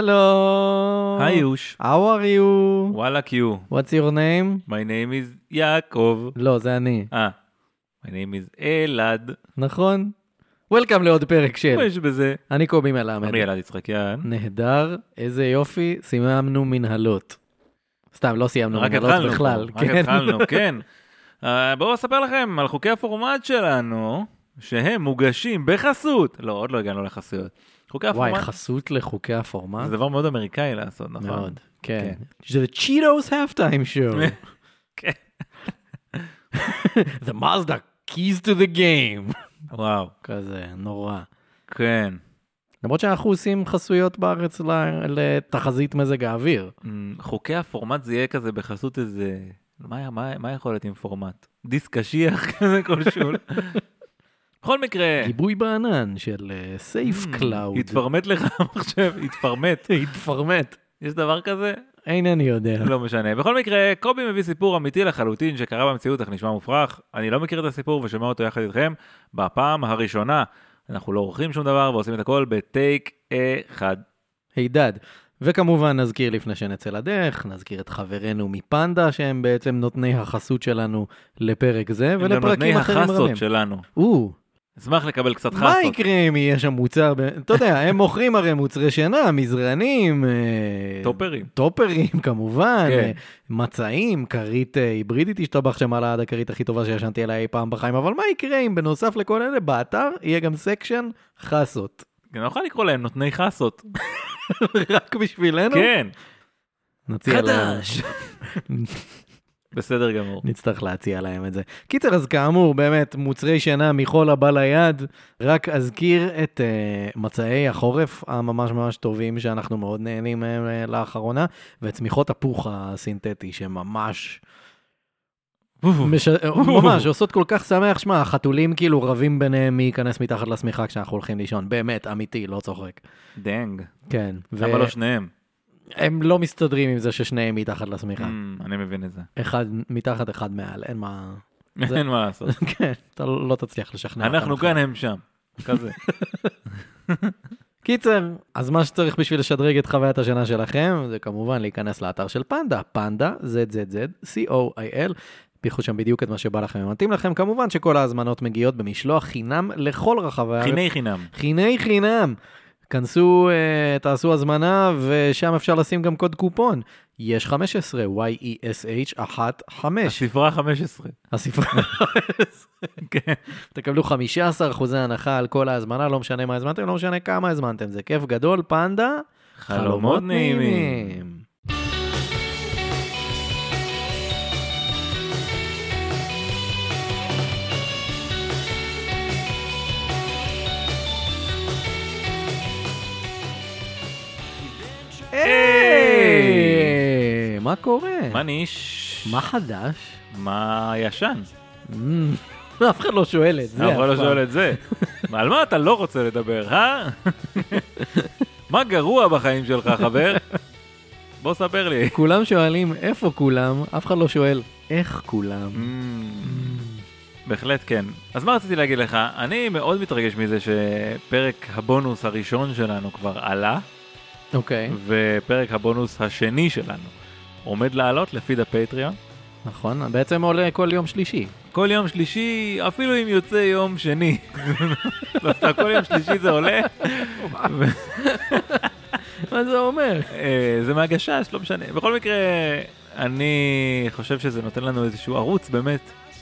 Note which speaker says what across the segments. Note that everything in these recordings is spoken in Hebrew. Speaker 1: שלום.
Speaker 2: היי יוש,
Speaker 1: How are you?
Speaker 2: וואלכ יו,
Speaker 1: What's your name?
Speaker 2: my name is יעקב.
Speaker 1: לא, זה אני.
Speaker 2: אה, my name is אלעד.
Speaker 1: נכון? Welcome לעוד פרק של...
Speaker 2: מה יש בזה?
Speaker 1: אני קובי מלמד.
Speaker 2: אני אלעד אה? יצחקיאן.
Speaker 1: נהדר, איזה יופי, סיממנו מנהלות. סתם, לא סיימנו
Speaker 2: רק
Speaker 1: מנהלות
Speaker 2: התחלנו,
Speaker 1: בכלל.
Speaker 2: רק התחלנו, כן. אה, בואו אספר לכם על חוקי הפורמט שלנו, שהם מוגשים בחסות. לא, עוד לא הגענו לחסויות. חוקי
Speaker 1: וואי,
Speaker 2: הפורמט
Speaker 1: חסות לחוקי הפורמט?
Speaker 2: זה דבר מאוד אמריקאי לעשות, נכון?
Speaker 1: מאוד, כן. זה The Cheetos Halftime Show.
Speaker 2: כן.
Speaker 1: The Mazda Keys to the Game.
Speaker 2: וואו,
Speaker 1: כזה, נורא.
Speaker 2: כן.
Speaker 1: למרות שאנחנו עושים חסויות בארץ ל- לתחזית מזג האוויר.
Speaker 2: אמ, חוקי הפורמט זה יהיה כזה בחסות איזה... מה, היה- מה, מה יכול להיות עם פורמט? דיסק קשיח כזה כלשהו. בכל מקרה, אמ,
Speaker 1: גיבוי בענן של אה, סייף
Speaker 2: Hmm,
Speaker 1: קלאוד.
Speaker 2: התפרמט לך המחשב, התפרמט.
Speaker 1: התפרמט.
Speaker 2: יש דבר כזה?
Speaker 1: אינני יודע.
Speaker 2: לא משנה. בכל מקרה, קובי מביא סיפור אמיתי לחלוטין שקרה במציאות אך נשמע מופרך. אני לא מכיר את הסיפור ושומע אותו יחד איתכם בפעם הראשונה. אנחנו לא עורכים שום דבר ועושים את הכל בטייק אחד.
Speaker 1: הידד. וכמובן נזכיר לפני שנצא לדרך, נזכיר את חברינו מפנדה שהם בעצם נותני החסות שלנו לפרק זה
Speaker 2: הם גם נותני
Speaker 1: ולפרקים אחרים רבים.
Speaker 2: החסות שלנו.
Speaker 1: או,
Speaker 2: אשמח לקבל קצת
Speaker 1: מה
Speaker 2: חסות.
Speaker 1: יקרה אם יהיה שם מוצר, ב- אתה יודע, הם מוכרים הרי מוצרי שינה, מזרנים, אה,
Speaker 2: טופרים.
Speaker 1: טופרים כמובן,
Speaker 2: כן.
Speaker 1: אה, מצעים, כרית אה, היברידית השתבח שם עלה עד הכרית הכי טובה שישנתי עליה אי פעם בחיים, אבל מה יקרה אם בנוסף לכל אלה באתר יהיה גם סקשן חסות,
Speaker 2: אני לא יכול לקרוא להם נותני חסות.
Speaker 1: רק בשבילנו?
Speaker 2: כן.
Speaker 1: נציע להם.
Speaker 2: בסדר גמור.
Speaker 1: נצטרך להציע להם את זה. קיצר, אז כאמור, באמת, מוצרי שינה מכל הבא ליד. רק אזכיר את uh, מצעי החורף הממש ממש טובים, שאנחנו מאוד נהנים מהם uh, לאחרונה, ואת צמיחות הפוך הסינתטי, שממש, מש... ממש עושות כל כך שמח. שמע, החתולים כאילו רבים ביניהם מי ייכנס מתחת לשמיכה כשאנחנו הולכים לישון. באמת, אמיתי, לא צוחק.
Speaker 2: דנג.
Speaker 1: כן. ו-
Speaker 2: למה לא שניהם?
Speaker 1: הם לא מסתדרים עם זה ששניהם מתחת לשמיכה.
Speaker 2: אמ, אני מבין את זה.
Speaker 1: אחד מתחת, אחד מעל, אין מה... זה-
Speaker 2: אין מה לעשות.
Speaker 1: כן, אתה לא תצליח לשכנע אותם.
Speaker 2: אנחנו
Speaker 1: אותך.
Speaker 2: כאן, הם שם. כזה.
Speaker 1: קיצר, אז מה שצריך בשביל לשדרג את חוויית השינה שלכם, זה כמובן להיכנס לאתר של פנדה, פנדה, zzz, co.il. תפתחו שם בדיוק את מה שבא לכם ומתאים לכם. כמובן שכל ההזמנות מגיעות במשלוח חינם לכל רחבי הארץ.
Speaker 2: חיני חינם.
Speaker 1: חיני חינם. כנסו, אה, תעשו הזמנה, ושם אפשר לשים גם קוד קופון. יש 15, E YESH 1 5.
Speaker 2: הספרה 15.
Speaker 1: הספרה.
Speaker 2: כן.
Speaker 1: תקבלו 15 אחוזי הנחה על כל ההזמנה, לא משנה מה הזמנתם, לא משנה כמה הזמנתם, זה כיף גדול, פנדה.
Speaker 2: חלומות נעימים.
Speaker 1: היי! מה קורה?
Speaker 2: מה ניש?
Speaker 1: מה חדש?
Speaker 2: מה ישן?
Speaker 1: אמ, אף אחד לא שואל את זה.
Speaker 2: אף אחד לא
Speaker 1: אף פעם.
Speaker 2: שואל את זה. על מה אתה לא רוצה לדבר, אה? מה גרוע בחיים שלך, חבר? בוא ספר לי.
Speaker 1: כולם שואלים איפה כולם, אף אחד לא שואל איך כולם.
Speaker 2: Mm. בהחלט כן. אז מה רציתי להגיד לך? אני מאוד מתרגש מזה שפרק הבונוס הראשון שלנו כבר עלה,
Speaker 1: אוקיי,
Speaker 2: ופרק הבונוס השני שלנו עומד לעלות לפיד הפטריון.
Speaker 1: נכון, בעצם עולה כל יום שלישי.
Speaker 2: כל יום שלישי, אפילו אם יוצא יום שני. לא, סתם, כל יום שלישי זה עולה. ו-
Speaker 1: מה זה אומר?
Speaker 2: אה, זה מהגשש, לא משנה. בכל מקרה, אני חושב שזה נותן לנו איזשהו ערוץ, באמת,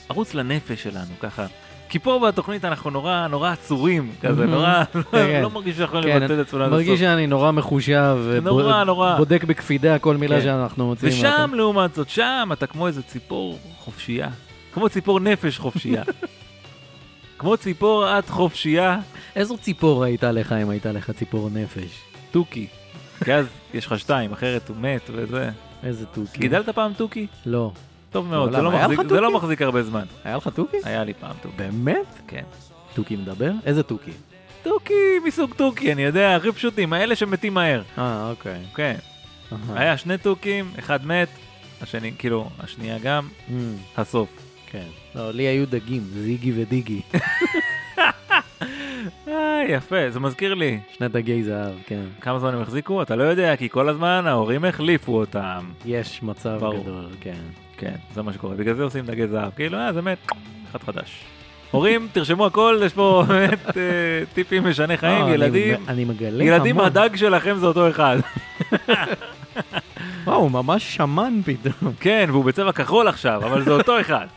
Speaker 2: ערוץ לנפש שלנו, ככה. כי פה בתוכנית אנחנו נורא נורא עצורים, כזה
Speaker 1: Mhm.
Speaker 2: נורא,
Speaker 1: כן.
Speaker 2: לא מרגיש שאנחנו יכולים
Speaker 1: כן,
Speaker 2: לבטא את עצמנו עד
Speaker 1: מרגיש
Speaker 2: הסוף.
Speaker 1: שאני נורא מחושב,
Speaker 2: נורא,
Speaker 1: ובוד-
Speaker 2: נורא.
Speaker 1: בודק בקפידה כל מילה
Speaker 2: כן.
Speaker 1: שאנחנו מוצאים.
Speaker 2: ושם, לעומת זאת, שם אתה כמו איזה ציפור חופשייה. כמו ציפור נפש חופשייה. כמו ציפור את חופשייה,
Speaker 1: איזו ציפור הייתה לך אם הייתה לך ציפור נפש?
Speaker 2: תוכי. כי אז יש לך שתיים, אחרת הוא מת וזה.
Speaker 1: איזה תוכי.
Speaker 2: גידלת פעם תוכי?
Speaker 1: כן. לא.
Speaker 2: טוב מאוד, זה
Speaker 1: למה?
Speaker 2: לא
Speaker 1: היה לך
Speaker 2: מחזיק- זה לא
Speaker 1: תוכי?
Speaker 2: מחזיק הרבה זמן.
Speaker 1: היה לך תוכי?
Speaker 2: היה לי פעם תוכי.
Speaker 1: באמת?
Speaker 2: כן.
Speaker 1: תוכי מדבר? איזה תוכי?
Speaker 2: תוכי מסוג תוכי, אני יודע, הכי פשוטים, האלה שמתים מהר.
Speaker 1: אה, אוקיי.
Speaker 2: כן,
Speaker 1: אהה.
Speaker 2: היה שני תוכים, אחד מת, השני, כאילו, השנייה גם,
Speaker 1: אמ,
Speaker 2: הסוף.
Speaker 1: כן. לא, לי היו דגים, זיגי ודיגי.
Speaker 2: אה, יפה, זה מזכיר לי.
Speaker 1: שנת הגי זהב, כן.
Speaker 2: כמה זמן הם החזיקו? אתה לא יודע, כי כל הזמן ההורים החליפו אותם.
Speaker 1: יש מצב
Speaker 2: ברור.
Speaker 1: גדול, כן.
Speaker 2: כן, זה מה שקורה. בגלל זה עושים דגי זהב. כאילו, אה, זה מת. אחד חדש. הורים, תרשמו הכל, יש פה באמת אה, טיפים משני
Speaker 1: אה,
Speaker 2: חיים,
Speaker 1: אני
Speaker 2: ילדים.
Speaker 1: מג- אני מגלה
Speaker 2: ילדים,
Speaker 1: המון.
Speaker 2: הדג שלכם זה אותו אחד.
Speaker 1: וואו, הוא ממש שמן פתאום.
Speaker 2: כן, והוא בצבע כחול עכשיו, אבל זה אותו אחד.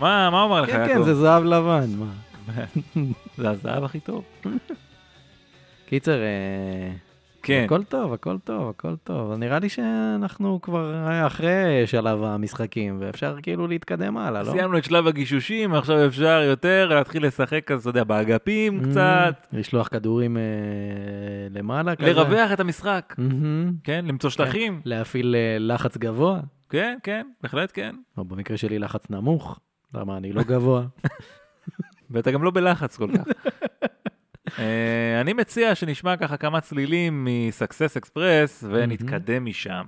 Speaker 2: מה, מה אומר לך,
Speaker 1: כן,
Speaker 2: יעקב?
Speaker 1: כן, זה זהב לבן, מה.
Speaker 2: זה הזהב הכי טוב.
Speaker 1: קיצר, אה,
Speaker 2: כן,
Speaker 1: הכל טוב, הכל טוב, הכל טוב. אז נראה לי שאנחנו כבר אה, אחרי שלב המשחקים, ואפשר כאילו להתקדם הלאה, לא?
Speaker 2: סיימנו את שלב הגישושים, עכשיו אפשר יותר להתחיל לשחק, אז אתה יודע, באגפים
Speaker 1: Mm,
Speaker 2: קצת,
Speaker 1: לשלוח כדורים אה, למעלה כזה. Mm.
Speaker 2: לרווח את המשחק,
Speaker 1: מהמם.
Speaker 2: כן, למצוא שטחים,
Speaker 1: להפעיל אה, לחץ גבוה,
Speaker 2: כן, כן, בהחלט כן.
Speaker 1: או במקרה שלי לחץ נמוך, למה אני לא גבוה.
Speaker 2: ואתה גם לא בלחץ כל כך. אה, אני מציע שנשמע ככה כמה צלילים מסקסס אקספרס ונתקדם משם.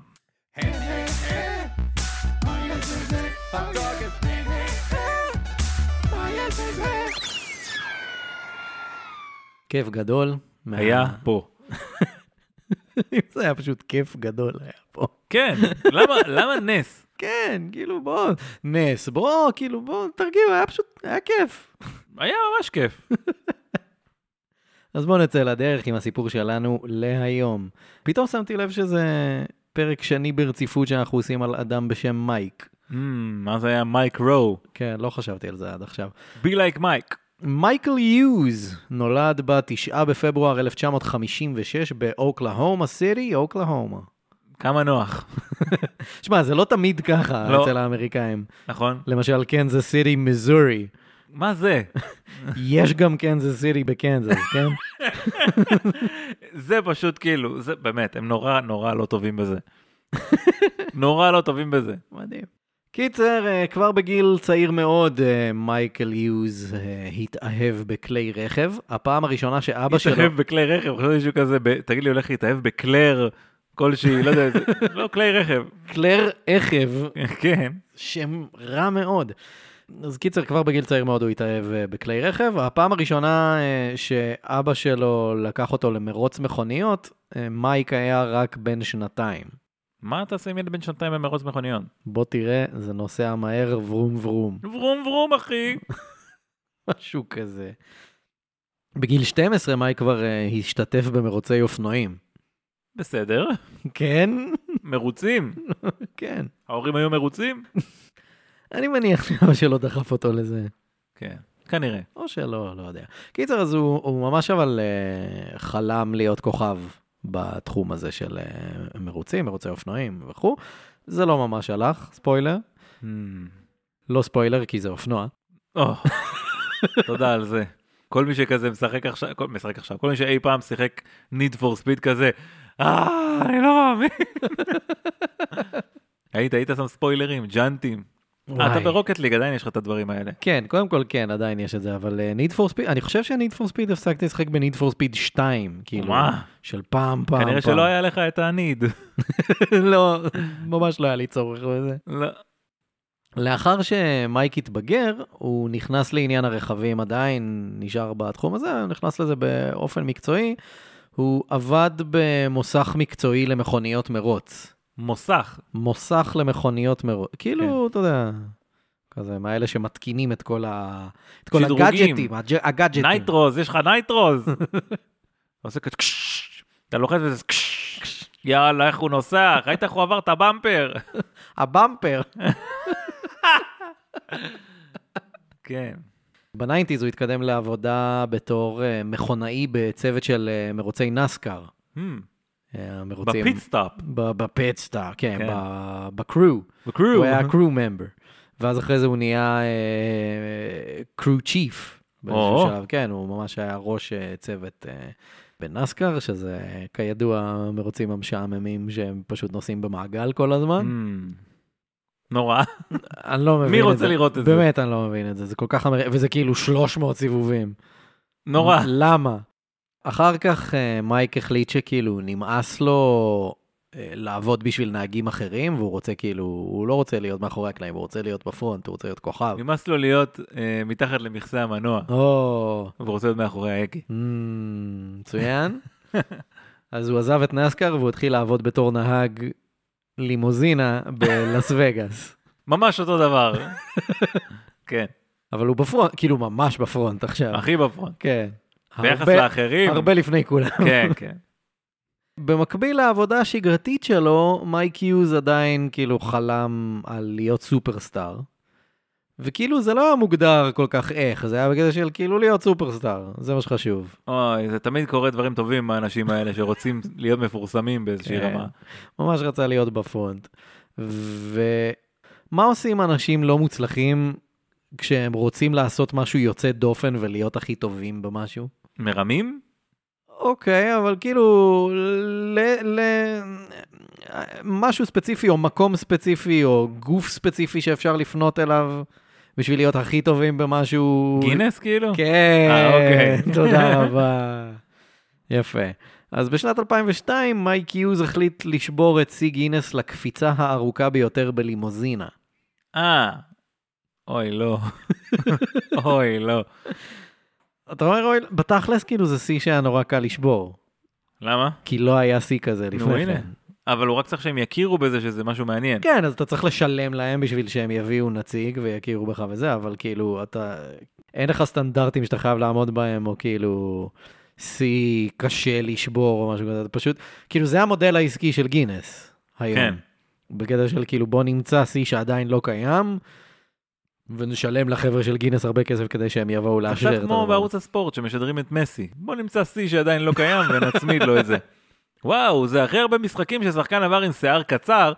Speaker 1: כיף גדול. מה-
Speaker 2: היה פה.
Speaker 1: זה היה פשוט כיף גדול היה פה.
Speaker 2: כן, למה- למה נס?
Speaker 1: כן, כאילו בוא, נס, בוא, כאילו בוא, תרגיעו, היה פשוט, היה כיף.
Speaker 2: היה ממש כיף.
Speaker 1: אז בואו נצא לדרך עם הסיפור שלנו להיום. פתאום שמתי לב שזה פרק שני ברציפות שאנחנו עושים על אדם בשם מייק.
Speaker 2: Mm, מה זה היה מייק רו?
Speaker 1: כן, לא חשבתי על זה עד עכשיו.
Speaker 2: בי לייק מייק.
Speaker 1: מייקל יוז נולד ב-9 בפברואר 1956 באוקלהומה סיטי, אוקלהומה.
Speaker 2: כמה נוח,
Speaker 1: שמע, זה לא תמיד ככה
Speaker 2: לא.
Speaker 1: אצל האמריקאים.
Speaker 2: נכון?
Speaker 1: למשל, קנזס סיטי, מיזורי.
Speaker 2: מה זה?
Speaker 1: יש גם קנזס סיטי בקנזס, כן?
Speaker 2: זה פשוט כאילו, זה באמת, הם נורא נורא לא טובים בזה. נורא לא טובים בזה.
Speaker 1: מדהים. קיצר, אה, כבר בגיל צעיר מאוד, אה, מייקל יוז אה, התאהב בכלי רכב. הפעם הראשונה שאבא שלו...
Speaker 2: התאהב בכלי רכב, חשבתי שהוא כזה, ב- תגיד לי, הולך להתאהב בקלר כלשהי, לא יודע, זה- לא כלי רכב.
Speaker 1: כלי רכב,
Speaker 2: כן.
Speaker 1: שם רע מאוד. אז קיצר, כבר בגיל צעיר מאוד הוא התאהב אה, בכלי רכב. הפעם הראשונה אה, שאבא שלו לקח אותו למרוץ מכוניות, אה, מייק היה רק בן שנתיים.
Speaker 2: מה אתה עושה עם ילד בן שנתיים במרוץ מכוניות?
Speaker 1: בוא תראה, זה נוסע מהר, ברום ברום.
Speaker 2: ברום ברום, אחי.
Speaker 1: משהו כזה. בגיל 12 מייק כבר אה, השתתף במרוצי אופנועים.
Speaker 2: בסדר,
Speaker 1: כן?
Speaker 2: מרוצים.
Speaker 1: כן.
Speaker 2: ההורים היו מרוצים?
Speaker 1: אני מניח שאבא שלו דחף אותו לזה.
Speaker 2: כן, כנראה.
Speaker 1: או שלא, לא יודע. קיצר, אז הוא, הוא ממש אבל אה, חלם להיות כוכב בתחום הזה של אה, מרוצים, מרוצי אופנועים וכו'. זה לא ממש הלך, ספוילר.
Speaker 2: Hmm.
Speaker 1: לא ספוילר, כי זה אופנוע.
Speaker 2: או, תודה על זה. כל מי שכזה משחק עכשיו, כל- משחק עכשיו, כל מי שאי פעם שיחק need for speed כזה, אה, אני לא מאמין. היית, היית שם ספוילרים, ג'אנטים. אה, אתה
Speaker 1: וואי.
Speaker 2: ברוקט ליג, עדיין יש לך את הדברים האלה.
Speaker 1: כן, קודם כל כן, עדיין יש את זה, אבל אה, need for speed, אני חושב ש-need for speed הפסקתי לשחק ב-need for speed 2, כאילו,
Speaker 2: מה?
Speaker 1: של פעם, פעם,
Speaker 2: כנראה
Speaker 1: פעם.
Speaker 2: שלא היה לך את הניד.
Speaker 1: לא, ממש לא היה לי צורך בזה.
Speaker 2: לא.
Speaker 1: לאחר שמייק התבגר, הוא נכנס לעניין הרכבים, עדיין נשאר בתחום הזה, הוא נכנס לזה באופן מקצועי. הוא עבד במוסך מקצועי למכוניות מרוץ.
Speaker 2: מוסך.
Speaker 1: מוסך למכוניות מרוץ. כאילו, אתה יודע, כזה מאלה שמתקינים את כל, ה... את כל
Speaker 2: שדרוגים.
Speaker 1: הגאדג'טים, הג'- הגאדג'טים.
Speaker 2: נייטרוז, יש לך נייטרוז. אתה עושה כזה קש, אתה לוחץ וזה קש, יאללה, איך הוא נוסע, ראית איך הוא עבר את הבמפר.
Speaker 1: הבמפר.
Speaker 2: כן.
Speaker 1: בניינטיז הוא התקדם לעבודה בתור אה, מכונאי בצוות של אה, מרוצי נסקר.
Speaker 2: Hmm.
Speaker 1: אה, המרוצים...
Speaker 2: בפיטסטאפ.
Speaker 1: ב- בפדסטאר, כן,
Speaker 2: כן.
Speaker 1: ב- בקרו.
Speaker 2: בקרו.
Speaker 1: הוא היה קרו ממבר. ואז אחרי זה הוא נהיה קרו צ'יף. באיזשהו
Speaker 2: או.
Speaker 1: שלב, כן, הוא ממש היה ראש אה, צוות אה, בנסקר, שזה אה, כידוע מרוצים המשעממים שהם פשוט נוסעים במעגל כל הזמן.
Speaker 2: Hmm. נורא.
Speaker 1: אני לא מבין את זה.
Speaker 2: מי רוצה לראות את זה?
Speaker 1: באמת, אני לא מבין את זה, זה כל כך... אמר- וזה כאילו 300 סיבובים.
Speaker 2: נורא.
Speaker 1: למה? אחר כך אה, מייק החליט שכאילו נמאס לו אה, לעבוד בשביל נהגים אחרים, והוא רוצה כאילו, הוא לא רוצה להיות מאחורי הקלעים, הוא רוצה להיות בפרונט, הוא רוצה להיות כוכב.
Speaker 2: נמאס לו להיות אה, מתחת למכסה המנוע,
Speaker 1: או,
Speaker 2: והוא רוצה להיות מאחורי ההגה.
Speaker 1: אמ, מצוין. אז הוא עזב את נסקר והוא התחיל לעבוד בתור נהג לימוזינה בלאס וגאס.
Speaker 2: ממש אותו דבר. כן,
Speaker 1: אבל הוא בפרונט, כאילו ממש בפרונט עכשיו.
Speaker 2: הכי בפרונט.
Speaker 1: כן.
Speaker 2: ביחס
Speaker 1: הרבה-
Speaker 2: לאחרים.
Speaker 1: הרבה לפני כולם.
Speaker 2: כן, כן.
Speaker 1: במקביל לעבודה השגרתית שלו, מייק יוז עדיין כאילו חלם על להיות סופרסטאר. וכאילו זה לא היה מוגדר כל כך איך, זה היה בקטע של כאילו להיות סופרסטאר, זה מה שחשוב.
Speaker 2: אוי, זה תמיד קורה דברים טובים מהאנשים האלה שרוצים להיות מפורסמים באיזושהי
Speaker 1: כן.
Speaker 2: רמה.
Speaker 1: ממש רצה להיות בפרונט. ומה עושים אנשים לא מוצלחים כשהם רוצים לעשות משהו יוצא דופן ולהיות הכי טובים במשהו?
Speaker 2: מרמים?
Speaker 1: אוקיי, אבל כאילו, ל... ל... משהו ספציפי, או מקום ספציפי, או גוף ספציפי שאפשר לפנות אליו בשביל להיות הכי טובים במשהו.
Speaker 2: גינס כאילו? אה,
Speaker 1: כן,
Speaker 2: אוקיי.
Speaker 1: תודה רבה. יפה. אז בשנת 2002 מייק יוז החליט לשבור את שיא גינס לקפיצה הארוכה ביותר בלימוזינה.
Speaker 2: אה. אוי, לא. אוי, לא.
Speaker 1: אתה אומר, אוי, בתכלס כאילו זה שיא שהיה נורא קל לשבור,
Speaker 2: למה?
Speaker 1: כי לא היה שיא כזה לפני
Speaker 2: הנה.
Speaker 1: כן.
Speaker 2: אבל הוא רק צריך שהם יכירו בזה שזה משהו מעניין.
Speaker 1: כן, אז אתה צריך לשלם להם בשביל שהם יביאו נציג ויכירו בך וזה, אבל כאילו, אתה... אין לך סטנדרטים שאתה חייב לעמוד בהם, או כאילו, שיא קשה לשבור או משהו כזה, אתה פשוט... כאילו, זה המודל העסקי של גינס היום.
Speaker 2: כן.
Speaker 1: בקטע של כאילו, בוא נמצא שיא שעדיין לא קיים, ונשלם לחבר'ה של גינס הרבה כסף כדי שהם יבואו
Speaker 2: זה
Speaker 1: לאשר את
Speaker 2: קצת
Speaker 1: הדבר.
Speaker 2: כמו בערוץ הספורט שמשדרים את מסי. בוא נמצא שיא שעדיין לא קיים ונצמיד לו את זה. וואו, זה אחרי הרבה משחקים ששחקן עבר עם שיער קצר,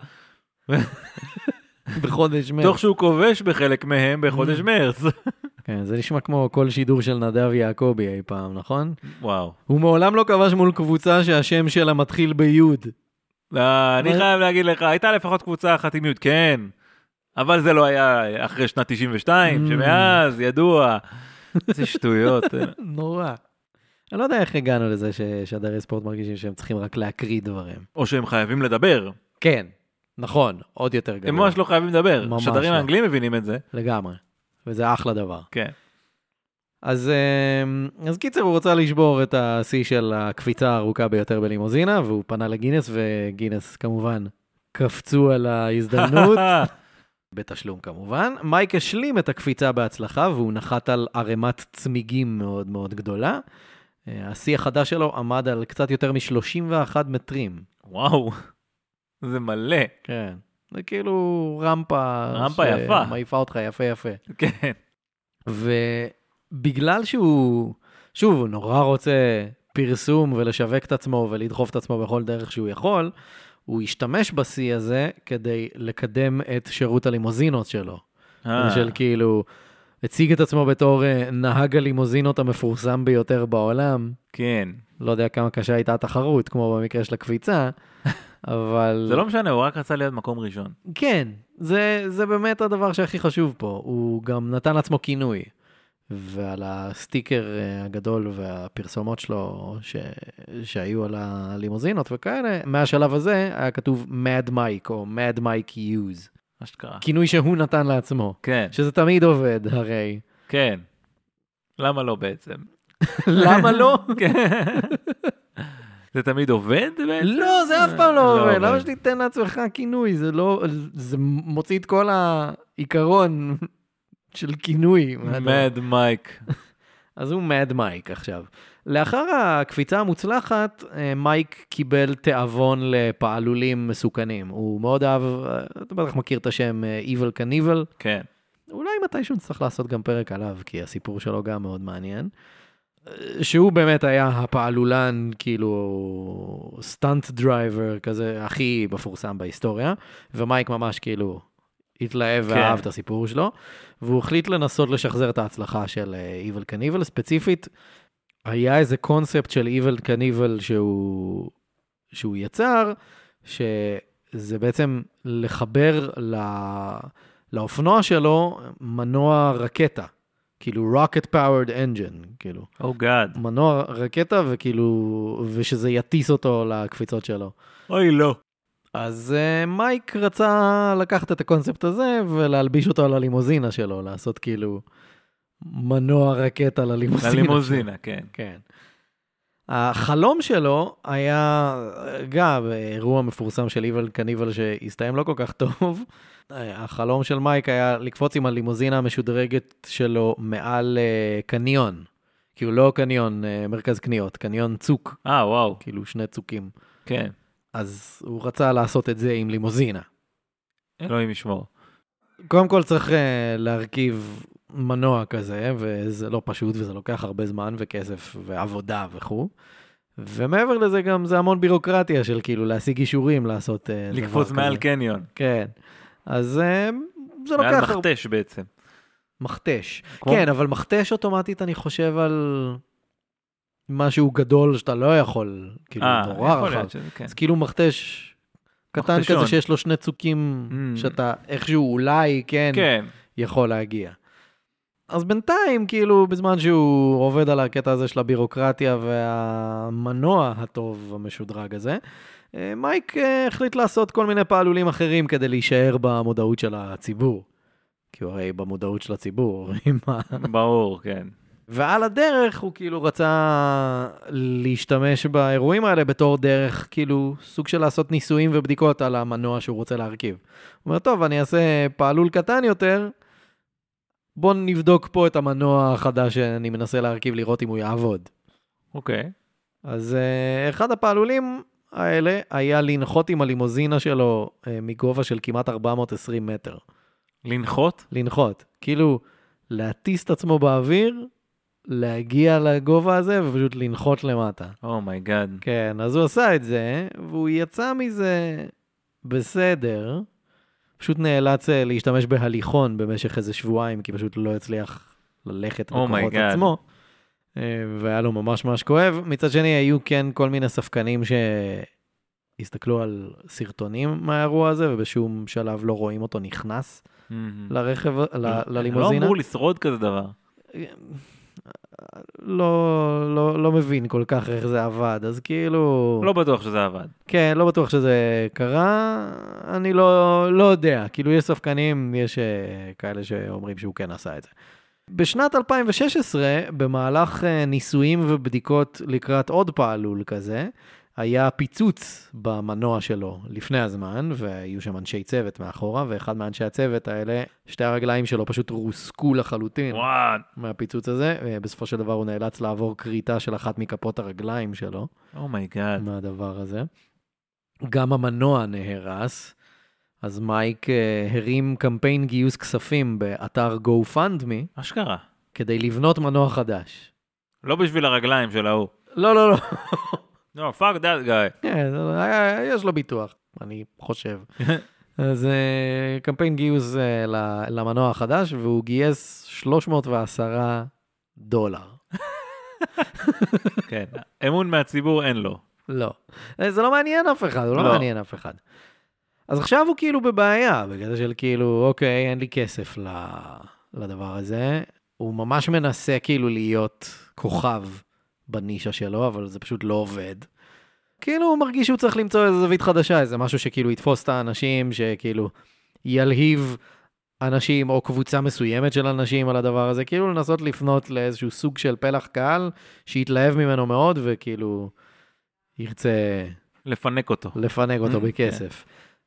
Speaker 1: בחודש מרץ.
Speaker 2: תוך שהוא כובש בחלק מהם
Speaker 1: Mm.
Speaker 2: בחודש מרץ.
Speaker 1: כן, זה נשמע כמו כל שידור של נדב יעקבי אי פעם, נכון?
Speaker 2: וואו.
Speaker 1: הוא מעולם לא כבש מול קבוצה שהשם שלה מתחיל ביוד.
Speaker 2: אה, אני
Speaker 1: אבל-
Speaker 2: חייב להגיד לך, הייתה לפחות קבוצה אחת עם י' כן, אבל זה לא היה אחרי שנת 92,
Speaker 1: Mm.
Speaker 2: שמאז ידוע. איזה שטויות.
Speaker 1: נורא. אני לא יודע איך הגענו לזה ששדרי ספורט מרגישים שהם צריכים רק להקריא דברים.
Speaker 2: או שהם חייבים לדבר.
Speaker 1: כן, נכון, עוד יותר גדול.
Speaker 2: הם ממש לא חייבים לדבר.
Speaker 1: ממש
Speaker 2: השדרים
Speaker 1: לא.
Speaker 2: האנגלים מבינים את זה.
Speaker 1: לגמרי, וזה אחלה דבר.
Speaker 2: כן.
Speaker 1: אז, אמ, אז קיצר, הוא רצה לשבור את השיא של הקפיצה הארוכה ביותר בלימוזינה, והוא פנה לגינס, וגינס כמובן קפצו על ההזדמנות.
Speaker 2: אה,
Speaker 1: בתשלום כמובן. מייק השלים את הקפיצה בהצלחה והוא נחת על ערימת צמיגים מאוד מאוד גדולה. אה, השיא החדש שלו עמד על קצת יותר מ-31 מטרים.
Speaker 2: וואו, זה מלא.
Speaker 1: כן. זה כאילו רמפה...
Speaker 2: רמפה יפה.
Speaker 1: שמעיפה אותך יפה יפה.
Speaker 2: כן.
Speaker 1: ובגלל שהוא, שוב, הוא נורא רוצה פרסום ולשווק את עצמו ולדחוף את עצמו בכל דרך שהוא יכול, הוא השתמש בשיא הזה כדי לקדם את שירות הלימוזינות שלו.
Speaker 2: אה,
Speaker 1: של כאילו, הציג את עצמו בתור אה, נהג הלימוזינות המפורסם ביותר בעולם.
Speaker 2: כן.
Speaker 1: לא יודע כמה קשה הייתה התחרות, כמו במקרה של הקפיצה, אבל...
Speaker 2: זה לא משנה, הוא רק רצה להיות מקום ראשון.
Speaker 1: כן, זה, זה באמת הדבר שהכי חשוב פה. הוא גם נתן לעצמו כינוי. ועל הסטיקר אה, הגדול והפרסומות שלו ש... שהיו על הלימוזינות וכאלה, מהשלב הזה היה כתוב Mad Mike או Mad Mike Use,
Speaker 2: מה שקרה.
Speaker 1: כינוי שהוא נתן לעצמו,
Speaker 2: כן,
Speaker 1: שזה תמיד עובד הרי.
Speaker 2: כן. למה לא בעצם?
Speaker 1: למה לא?
Speaker 2: כן. זה תמיד עובד בעצם?
Speaker 1: לא, זה אף פעם
Speaker 2: לא
Speaker 1: לא עובד.
Speaker 2: עובד.
Speaker 1: למה שתיתן לעצמך כינוי? זה לא... זה מוציא את כל העיקרון של כינוי. מה אתה-
Speaker 2: מד מייק.
Speaker 1: אז הוא מד מייק עכשיו. לאחר הקפיצה המוצלחת, אה, מייק קיבל תיאבון לפעלולים מסוכנים. הוא מאוד אהב, אה, אתה בטח מכיר את השם אה, Evil Canival.
Speaker 2: כן.
Speaker 1: אולי מתישהו נצטרך לעשות גם פרק עליו, כי הסיפור שלו גם מאוד מעניין. אה, שהוא באמת היה הפעלולן, כאילו, סטאנט דרייבר כזה, הכי מפורסם בהיסטוריה, ומייק ממש כאילו התלהב
Speaker 2: כן.
Speaker 1: ואהב את הסיפור שלו, והוא החליט לנסות לשחזר את ההצלחה של אה, Evil Canival. ספציפית, היה איזה קונספט של Evil Canival שהוא, שהוא יצר, שזה בעצם לחבר ל... לאופנוע שלו מנוע רקטה, כאילו rocket powered engine, כאילו,
Speaker 2: או גאד.
Speaker 1: מנוע רקטה וכאילו, ושזה יטיס אותו לקפיצות שלו.
Speaker 2: אוי לא.
Speaker 1: אז אה, מייק רצה לקחת את הקונספט הזה ולהלביש אותו על הלימוזינה שלו, לעשות כאילו מנוע רקטה ללימוזינה. שלו.
Speaker 2: ללימוזינה, כן.
Speaker 1: כן. החלום שלו היה, גם אירוע מפורסם של איבל קניבל שהסתיים לא כל כך טוב. אה, החלום של מייק היה לקפוץ עם הלימוזינה המשודרגת שלו מעל אה, קניון. כאילו לא קניון, אה, מרכז קניות, קניון צוק,
Speaker 2: אה, וואו,
Speaker 1: כאילו שני צוקים.
Speaker 2: כן.
Speaker 1: אז הוא רצה לעשות את זה עם לימוזינה.
Speaker 2: אלוהים ישמור.
Speaker 1: כן, קודם כל צריך אה, להרכיב מנוע כזה, וזה לא פשוט, וזה לוקח הרבה זמן וכסף ועבודה וכו'. ומעבר לזה גם זה המון בירוקרטיה של כאילו להשיג אישורים לעשות אה, דבר
Speaker 2: לקפוץ
Speaker 1: כזה.
Speaker 2: מעל קניון.
Speaker 1: כן. אז אה, זה
Speaker 2: מעל
Speaker 1: לוקח... הרבה-
Speaker 2: מכתש בעצם.
Speaker 1: מכתש.
Speaker 2: כמו-
Speaker 1: כן, אבל מכתש אוטומטית אני חושב על משהו גדול שאתה לא יכול, כאילו,
Speaker 2: אה,
Speaker 1: נורא
Speaker 2: יכול
Speaker 1: רחב.
Speaker 2: להיות שזה כן.
Speaker 1: אז כאילו מכתש קטן
Speaker 2: מכתשון.
Speaker 1: כזה שיש לו שני צוקים,
Speaker 2: Mm.
Speaker 1: שאתה איכשהו אולי כן,
Speaker 2: כן,
Speaker 1: יכול להגיע. אז בינתיים, כאילו, בזמן שהוא עובד על הקטע הזה של הבירוקרטיה והמנוע הטוב המשודרג הזה, אה, מייק אה, החליט לעשות כל מיני פעלולים אחרים כדי להישאר במודעות של הציבור. כי הוא הרי במודעות של הציבור, עם ה...
Speaker 2: ברור, כן.
Speaker 1: ועל הדרך הוא כאילו רצה להשתמש באירועים האלה בתור דרך, כאילו, סוג של לעשות ניסויים ובדיקות על המנוע שהוא רוצה להרכיב. הוא אומר, טוב, אני אעשה פעלול קטן יותר, בואו נבדוק פה את המנוע החדש שאני מנסה להרכיב, לראות אם הוא יעבוד.
Speaker 2: אוקיי.
Speaker 1: אז אה, אחד הפעלולים האלה היה לנחות עם הלימוזינה שלו אה, מגובה של כמעט 420 מטר.
Speaker 2: לנחות?
Speaker 1: לנחות. כאילו, להטיס את עצמו באוויר, להגיע לגובה הזה ופשוט לנחות למטה.
Speaker 2: Oh אומייגאד.
Speaker 1: כן, אז הוא עשה את זה, והוא יצא מזה בסדר. פשוט נאלץ אה, להשתמש בהליכון במשך איזה שבועיים, כי פשוט לא הצליח ללכת
Speaker 2: Oh my
Speaker 1: בכוחות
Speaker 2: God.
Speaker 1: עצמו. אה, והיה לו ממש ממש כואב. מצד שני, היו כן כל מיני ספקנים שהסתכלו על סרטונים מהאירוע הזה, ובשום שלב לא רואים אותו נכנס לרכב, ל-
Speaker 2: לא
Speaker 1: ללימוזינה.
Speaker 2: אמור לשרוד כזה דבר.
Speaker 1: לא, לא, לא מבין כל כך איך זה עבד, אז כאילו...
Speaker 2: לא בטוח שזה עבד.
Speaker 1: כן, לא בטוח שזה קרה, אני לא, לא יודע. כאילו, יש ספקנים, יש אה, כאלה שאומרים שהוא כן עשה את זה. בשנת 2016, במהלך אה, ניסויים ובדיקות לקראת עוד פעלול כזה, היה פיצוץ במנוע שלו לפני הזמן, והיו שם אנשי צוות מאחורה, ואחד מאנשי הצוות האלה, שתי הרגליים שלו פשוט רוסקו לחלוטין.
Speaker 2: וואט.
Speaker 1: מהפיצוץ הזה, אה, בסופו של דבר הוא נאלץ לעבור כריתה של אחת מכפות הרגליים שלו
Speaker 2: Oh אומייגאד.
Speaker 1: כן. מהדבר הזה. גם המנוע נהרס, אז מייק אה, הרים קמפיין גיוס כספים באתר GoFundMe
Speaker 2: אשכרה.
Speaker 1: כדי לבנות מנוע חדש.
Speaker 2: לא בשביל הרגליים של ההוא.
Speaker 1: לא, לא, לא.
Speaker 2: לא, פאק דאט גאי.
Speaker 1: כן, אה, יש לו ביטוח, אני חושב. אז אה, קמפיין גיוס אה, ל- למנוע החדש, והוא גייס 310 דולר.
Speaker 2: כן. אמון מהציבור אין לו.
Speaker 1: לא. אה, זה לא מעניין אף אחד, הוא לא
Speaker 2: לא.
Speaker 1: מעניין אף אחד. אז עכשיו הוא כאילו בבעיה, בגלל של כאילו, אוקיי, אין לי כסף ל- לדבר הזה. הוא ממש מנסה כאילו להיות כוכב בנישה שלו, אבל זה פשוט לא עובד. כאילו הוא מרגיש שהוא צריך למצוא איזה זווית חדשה, איזה משהו שכאילו יתפוס את האנשים, שכאילו ילהיב אנשים או קבוצה מסוימת של אנשים על הדבר הזה, כאילו לנסות לפנות לאיזשהו סוג של פלח קהל שיתלהב ממנו מאוד וכאילו ירצה
Speaker 2: לפנק אותו.
Speaker 1: לפנק אותו
Speaker 2: Mm, כן.
Speaker 1: בכסף.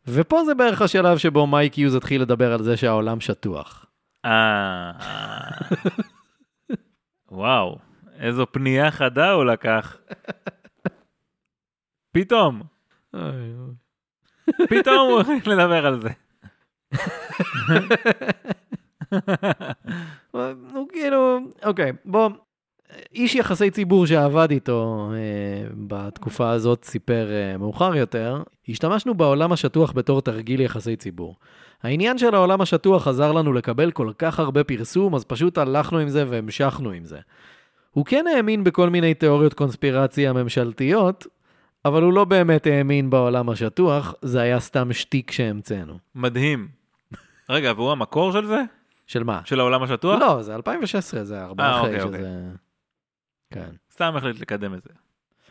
Speaker 1: ופה זה בערך השלב שבו מייק יוז התחיל לדבר על זה שהעולם שטוח.
Speaker 2: אה... וואו, איזו פנייה חדה הוא לקח. פתאום, פתאום הוא החליט לדבר על זה.
Speaker 1: הוא כאילו, אוקיי, בוא, איש יחסי ציבור שעבד איתו אה, בתקופה הזאת סיפר אה, מאוחר יותר, השתמשנו בעולם השטוח בתור תרגיל יחסי ציבור. העניין של העולם השטוח עזר לנו לקבל כל כך הרבה פרסום, אז פשוט הלכנו עם זה והמשכנו עם זה. הוא כן האמין בכל מיני תיאוריות קונספירציה ממשלתיות, אבל הוא לא באמת האמין בעולם השטוח, זה היה סתם שטיק שהמצאנו.
Speaker 2: מדהים. רגע, והוא המקור של זה?
Speaker 1: של מה?
Speaker 2: של העולם השטוח?
Speaker 1: לא, זה 2016, זה הרבה
Speaker 2: אה,
Speaker 1: אחרי
Speaker 2: אוקיי,
Speaker 1: שזה... כן.
Speaker 2: סתם החליט לקדם את זה.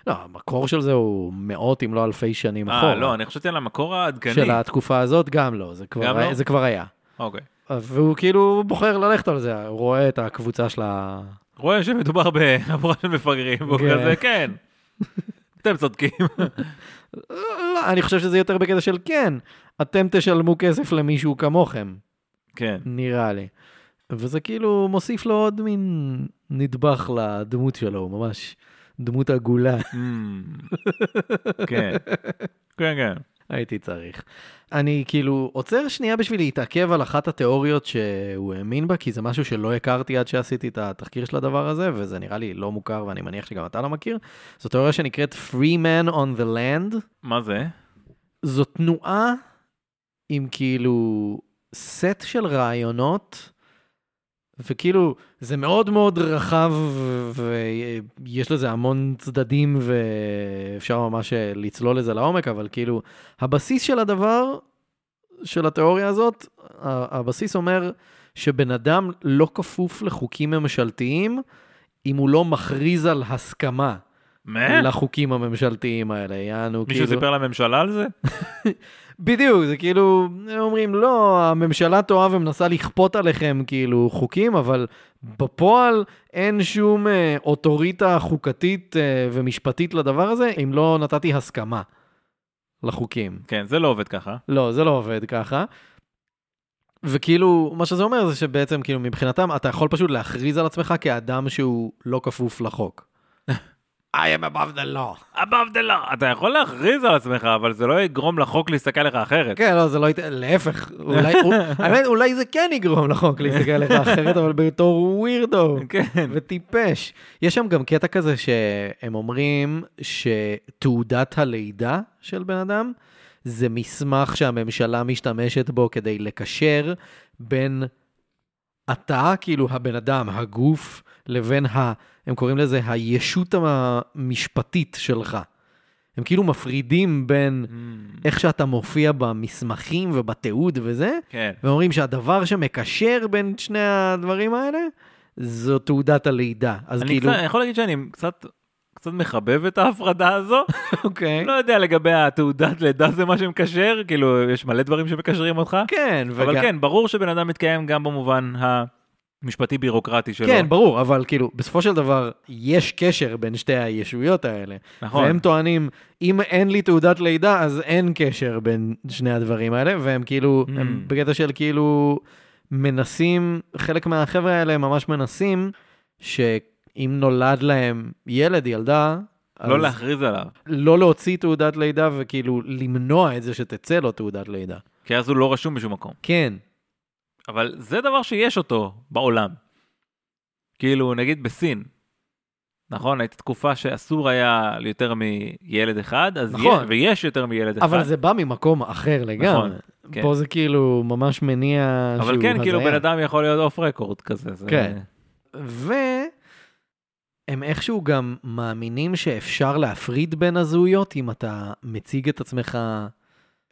Speaker 1: לא, המקור של זה הוא מאות אם לא אלפי שנים אחורה.
Speaker 2: אה, לא, אני חשבתי על המקור העדכני.
Speaker 1: של התקופה הזאת גם לא, זה כבר,
Speaker 2: גם
Speaker 1: היה,
Speaker 2: לא?
Speaker 1: זה כבר היה.
Speaker 2: אוקיי.
Speaker 1: והוא כאילו בוחר ללכת על זה, הוא רואה את הקבוצה של ה...
Speaker 2: רואה שמדובר בחבורה של מפגרים, והוא
Speaker 1: כן.
Speaker 2: כזה, כן. אתם צודקים.
Speaker 1: לא, אני חושב שזה יותר בקטע של כן, אתם תשלמו כסף למישהו כמוכם,
Speaker 2: כן.
Speaker 1: נראה לי. וזה כאילו מוסיף לו עוד מין נדבך לדמות שלו, הוא ממש דמות עגולה,
Speaker 2: כן. כן, כן.
Speaker 1: הייתי צריך. אני כאילו עוצר שנייה בשביל להתעכב על אחת התיאוריות שהוא האמין בה, כי זה משהו שלא הכרתי עד שעשיתי את התחקיר של הדבר הזה, וזה נראה לי לא מוכר ואני מניח שגם אתה לא מכיר. זו תיאוריה שנקראת Free Man on the Land.
Speaker 2: מה זה?
Speaker 1: זו תנועה עם כאילו סט של רעיונות, וכאילו זה מאוד מאוד רחב ויש לזה המון צדדים ואפשר ממש אה, לצלול לזה לעומק, אבל כאילו הבסיס של הדבר, של התיאוריה הזאת, ה- הבסיס אומר שבן אדם לא כפוף לחוקים ממשלתיים אם הוא לא מכריז על הסכמה
Speaker 2: מה?
Speaker 1: לחוקים הממשלתיים האלה, יענו כאילו...
Speaker 2: אה? מישהו סיפר לממשלה על זה?
Speaker 1: בדיוק, זה כאילו, הם אומרים, לא, הממשלה טועה ומנסה לכפות עליכם כאילו חוקים, אבל בפועל אין שום אה, אוטוריטה חוקתית אה, ומשפטית לדבר הזה, אם לא נתתי הסכמה לחוקים.
Speaker 2: כן, זה לא עובד ככה.
Speaker 1: לא, זה לא עובד ככה. וכאילו, מה שזה אומר זה שבעצם, כאילו, מבחינתם, אתה יכול פשוט להכריז על עצמך כאדם שהוא לא כפוף לחוק. I am above the law.
Speaker 2: above the law. אתה יכול להכריז על עצמך, אבל זה לא יגרום לחוק להסתכל לך אחרת.
Speaker 1: כן, לא, זה לא... ית- להפך, אולי, הוא- האמת, אולי זה כן יגרום לחוק להסתכל עליך אחרת, אבל בתור ווירדו
Speaker 2: כן.
Speaker 1: וטיפש. יש שם גם קטע כזה שהם אומרים שתעודת הלידה של בן אדם זה מסמך שהממשלה משתמשת בו כדי לקשר בין אתה, כאילו הבן אדם, הגוף, לבין ה... הם קוראים לזה הישות המשפטית שלך. הם כאילו מפרידים בין... איך שאתה מופיע במסמכים ובתיעוד וזה,
Speaker 2: כן.
Speaker 1: ואומרים שהדבר שמקשר בין שני הדברים האלה, זו תעודת הלידה. אז
Speaker 2: אני
Speaker 1: כאילו,
Speaker 2: קצת- אני יכול להגיד שאני קצת... קצת מחבב את ההפרדה הזו,
Speaker 1: אוקיי.
Speaker 2: לא יודע לגבי התעודת לידה זה מה שמקשר, כאילו יש מלא דברים שמקשרים אותך,
Speaker 1: כן,
Speaker 2: אבל כן, ברור שבן אדם מתקיים גם במובן המשפטי-בירוקרטי שלו.
Speaker 1: כן, ברור, אבל כאילו, בסופו של דבר, יש קשר בין שתי הישויות האלה.
Speaker 2: נכון.
Speaker 1: והם טוענים, אם אין לי תעודת לידה, אז אין קשר בין שני הדברים האלה, והם כאילו,
Speaker 2: Mm.
Speaker 1: הם בקטע של כאילו מנסים, חלק מהחבר'ה האלה ממש מנסים, שאם נולד להם ילד, ילדה, אז
Speaker 2: לא להכריז עליו,
Speaker 1: לא להוציא תעודת לידה וכאילו למנוע את זה שתצא לו תעודת לידה.
Speaker 2: כי אז הוא לא רשום בשום מקום.
Speaker 1: כן,
Speaker 2: אבל זה דבר שיש אותו בעולם. כאילו, נגיד בסין, נכון? הייתה תקופה שאסור היה יותר מילד אחד, אז
Speaker 1: נכון.
Speaker 2: נכון. יש, ויש יותר מילד אחד.
Speaker 1: אבל זה בא ממקום אחר לגמרי.
Speaker 2: כן.
Speaker 1: פה זה כאילו ממש מניע שהוא
Speaker 2: אבל כן, כאילו,
Speaker 1: הזיה.
Speaker 2: בן אדם יכול להיות אוף רקורד כזה. זה...
Speaker 1: כן. והם איכשהו גם מאמינים שאפשר להפריד בין הזהויות אם אתה מציג את עצמך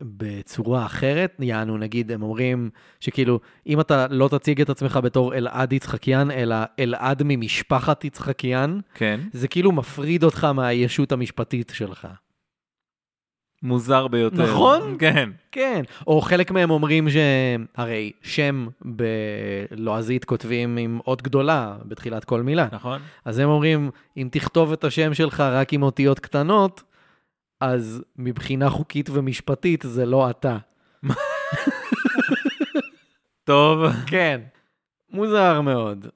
Speaker 1: בצורה אחרת. יענו, נגיד, הם אומרים שכאילו, אם אתה לא תציג את עצמך בתור אלעד יצחקיאן, אלא אלעד ממשפחת יצחקיאן,
Speaker 2: כן.
Speaker 1: זה כאילו מפריד אותך מהישות המשפטית שלך.
Speaker 2: מוזר ביותר.
Speaker 1: נכון?
Speaker 2: כן.
Speaker 1: כן, או חלק מהם אומרים שהרי שם בלועזית כותבים עם אות גדולה בתחילת כל מילה.
Speaker 2: נכון?
Speaker 1: אז הם אומרים, אם תכתוב את השם שלך רק עם אותיות קטנות, אז מבחינה חוקית ומשפטית זה לא אתה.
Speaker 2: טוב.
Speaker 1: כן. מוזר מאוד.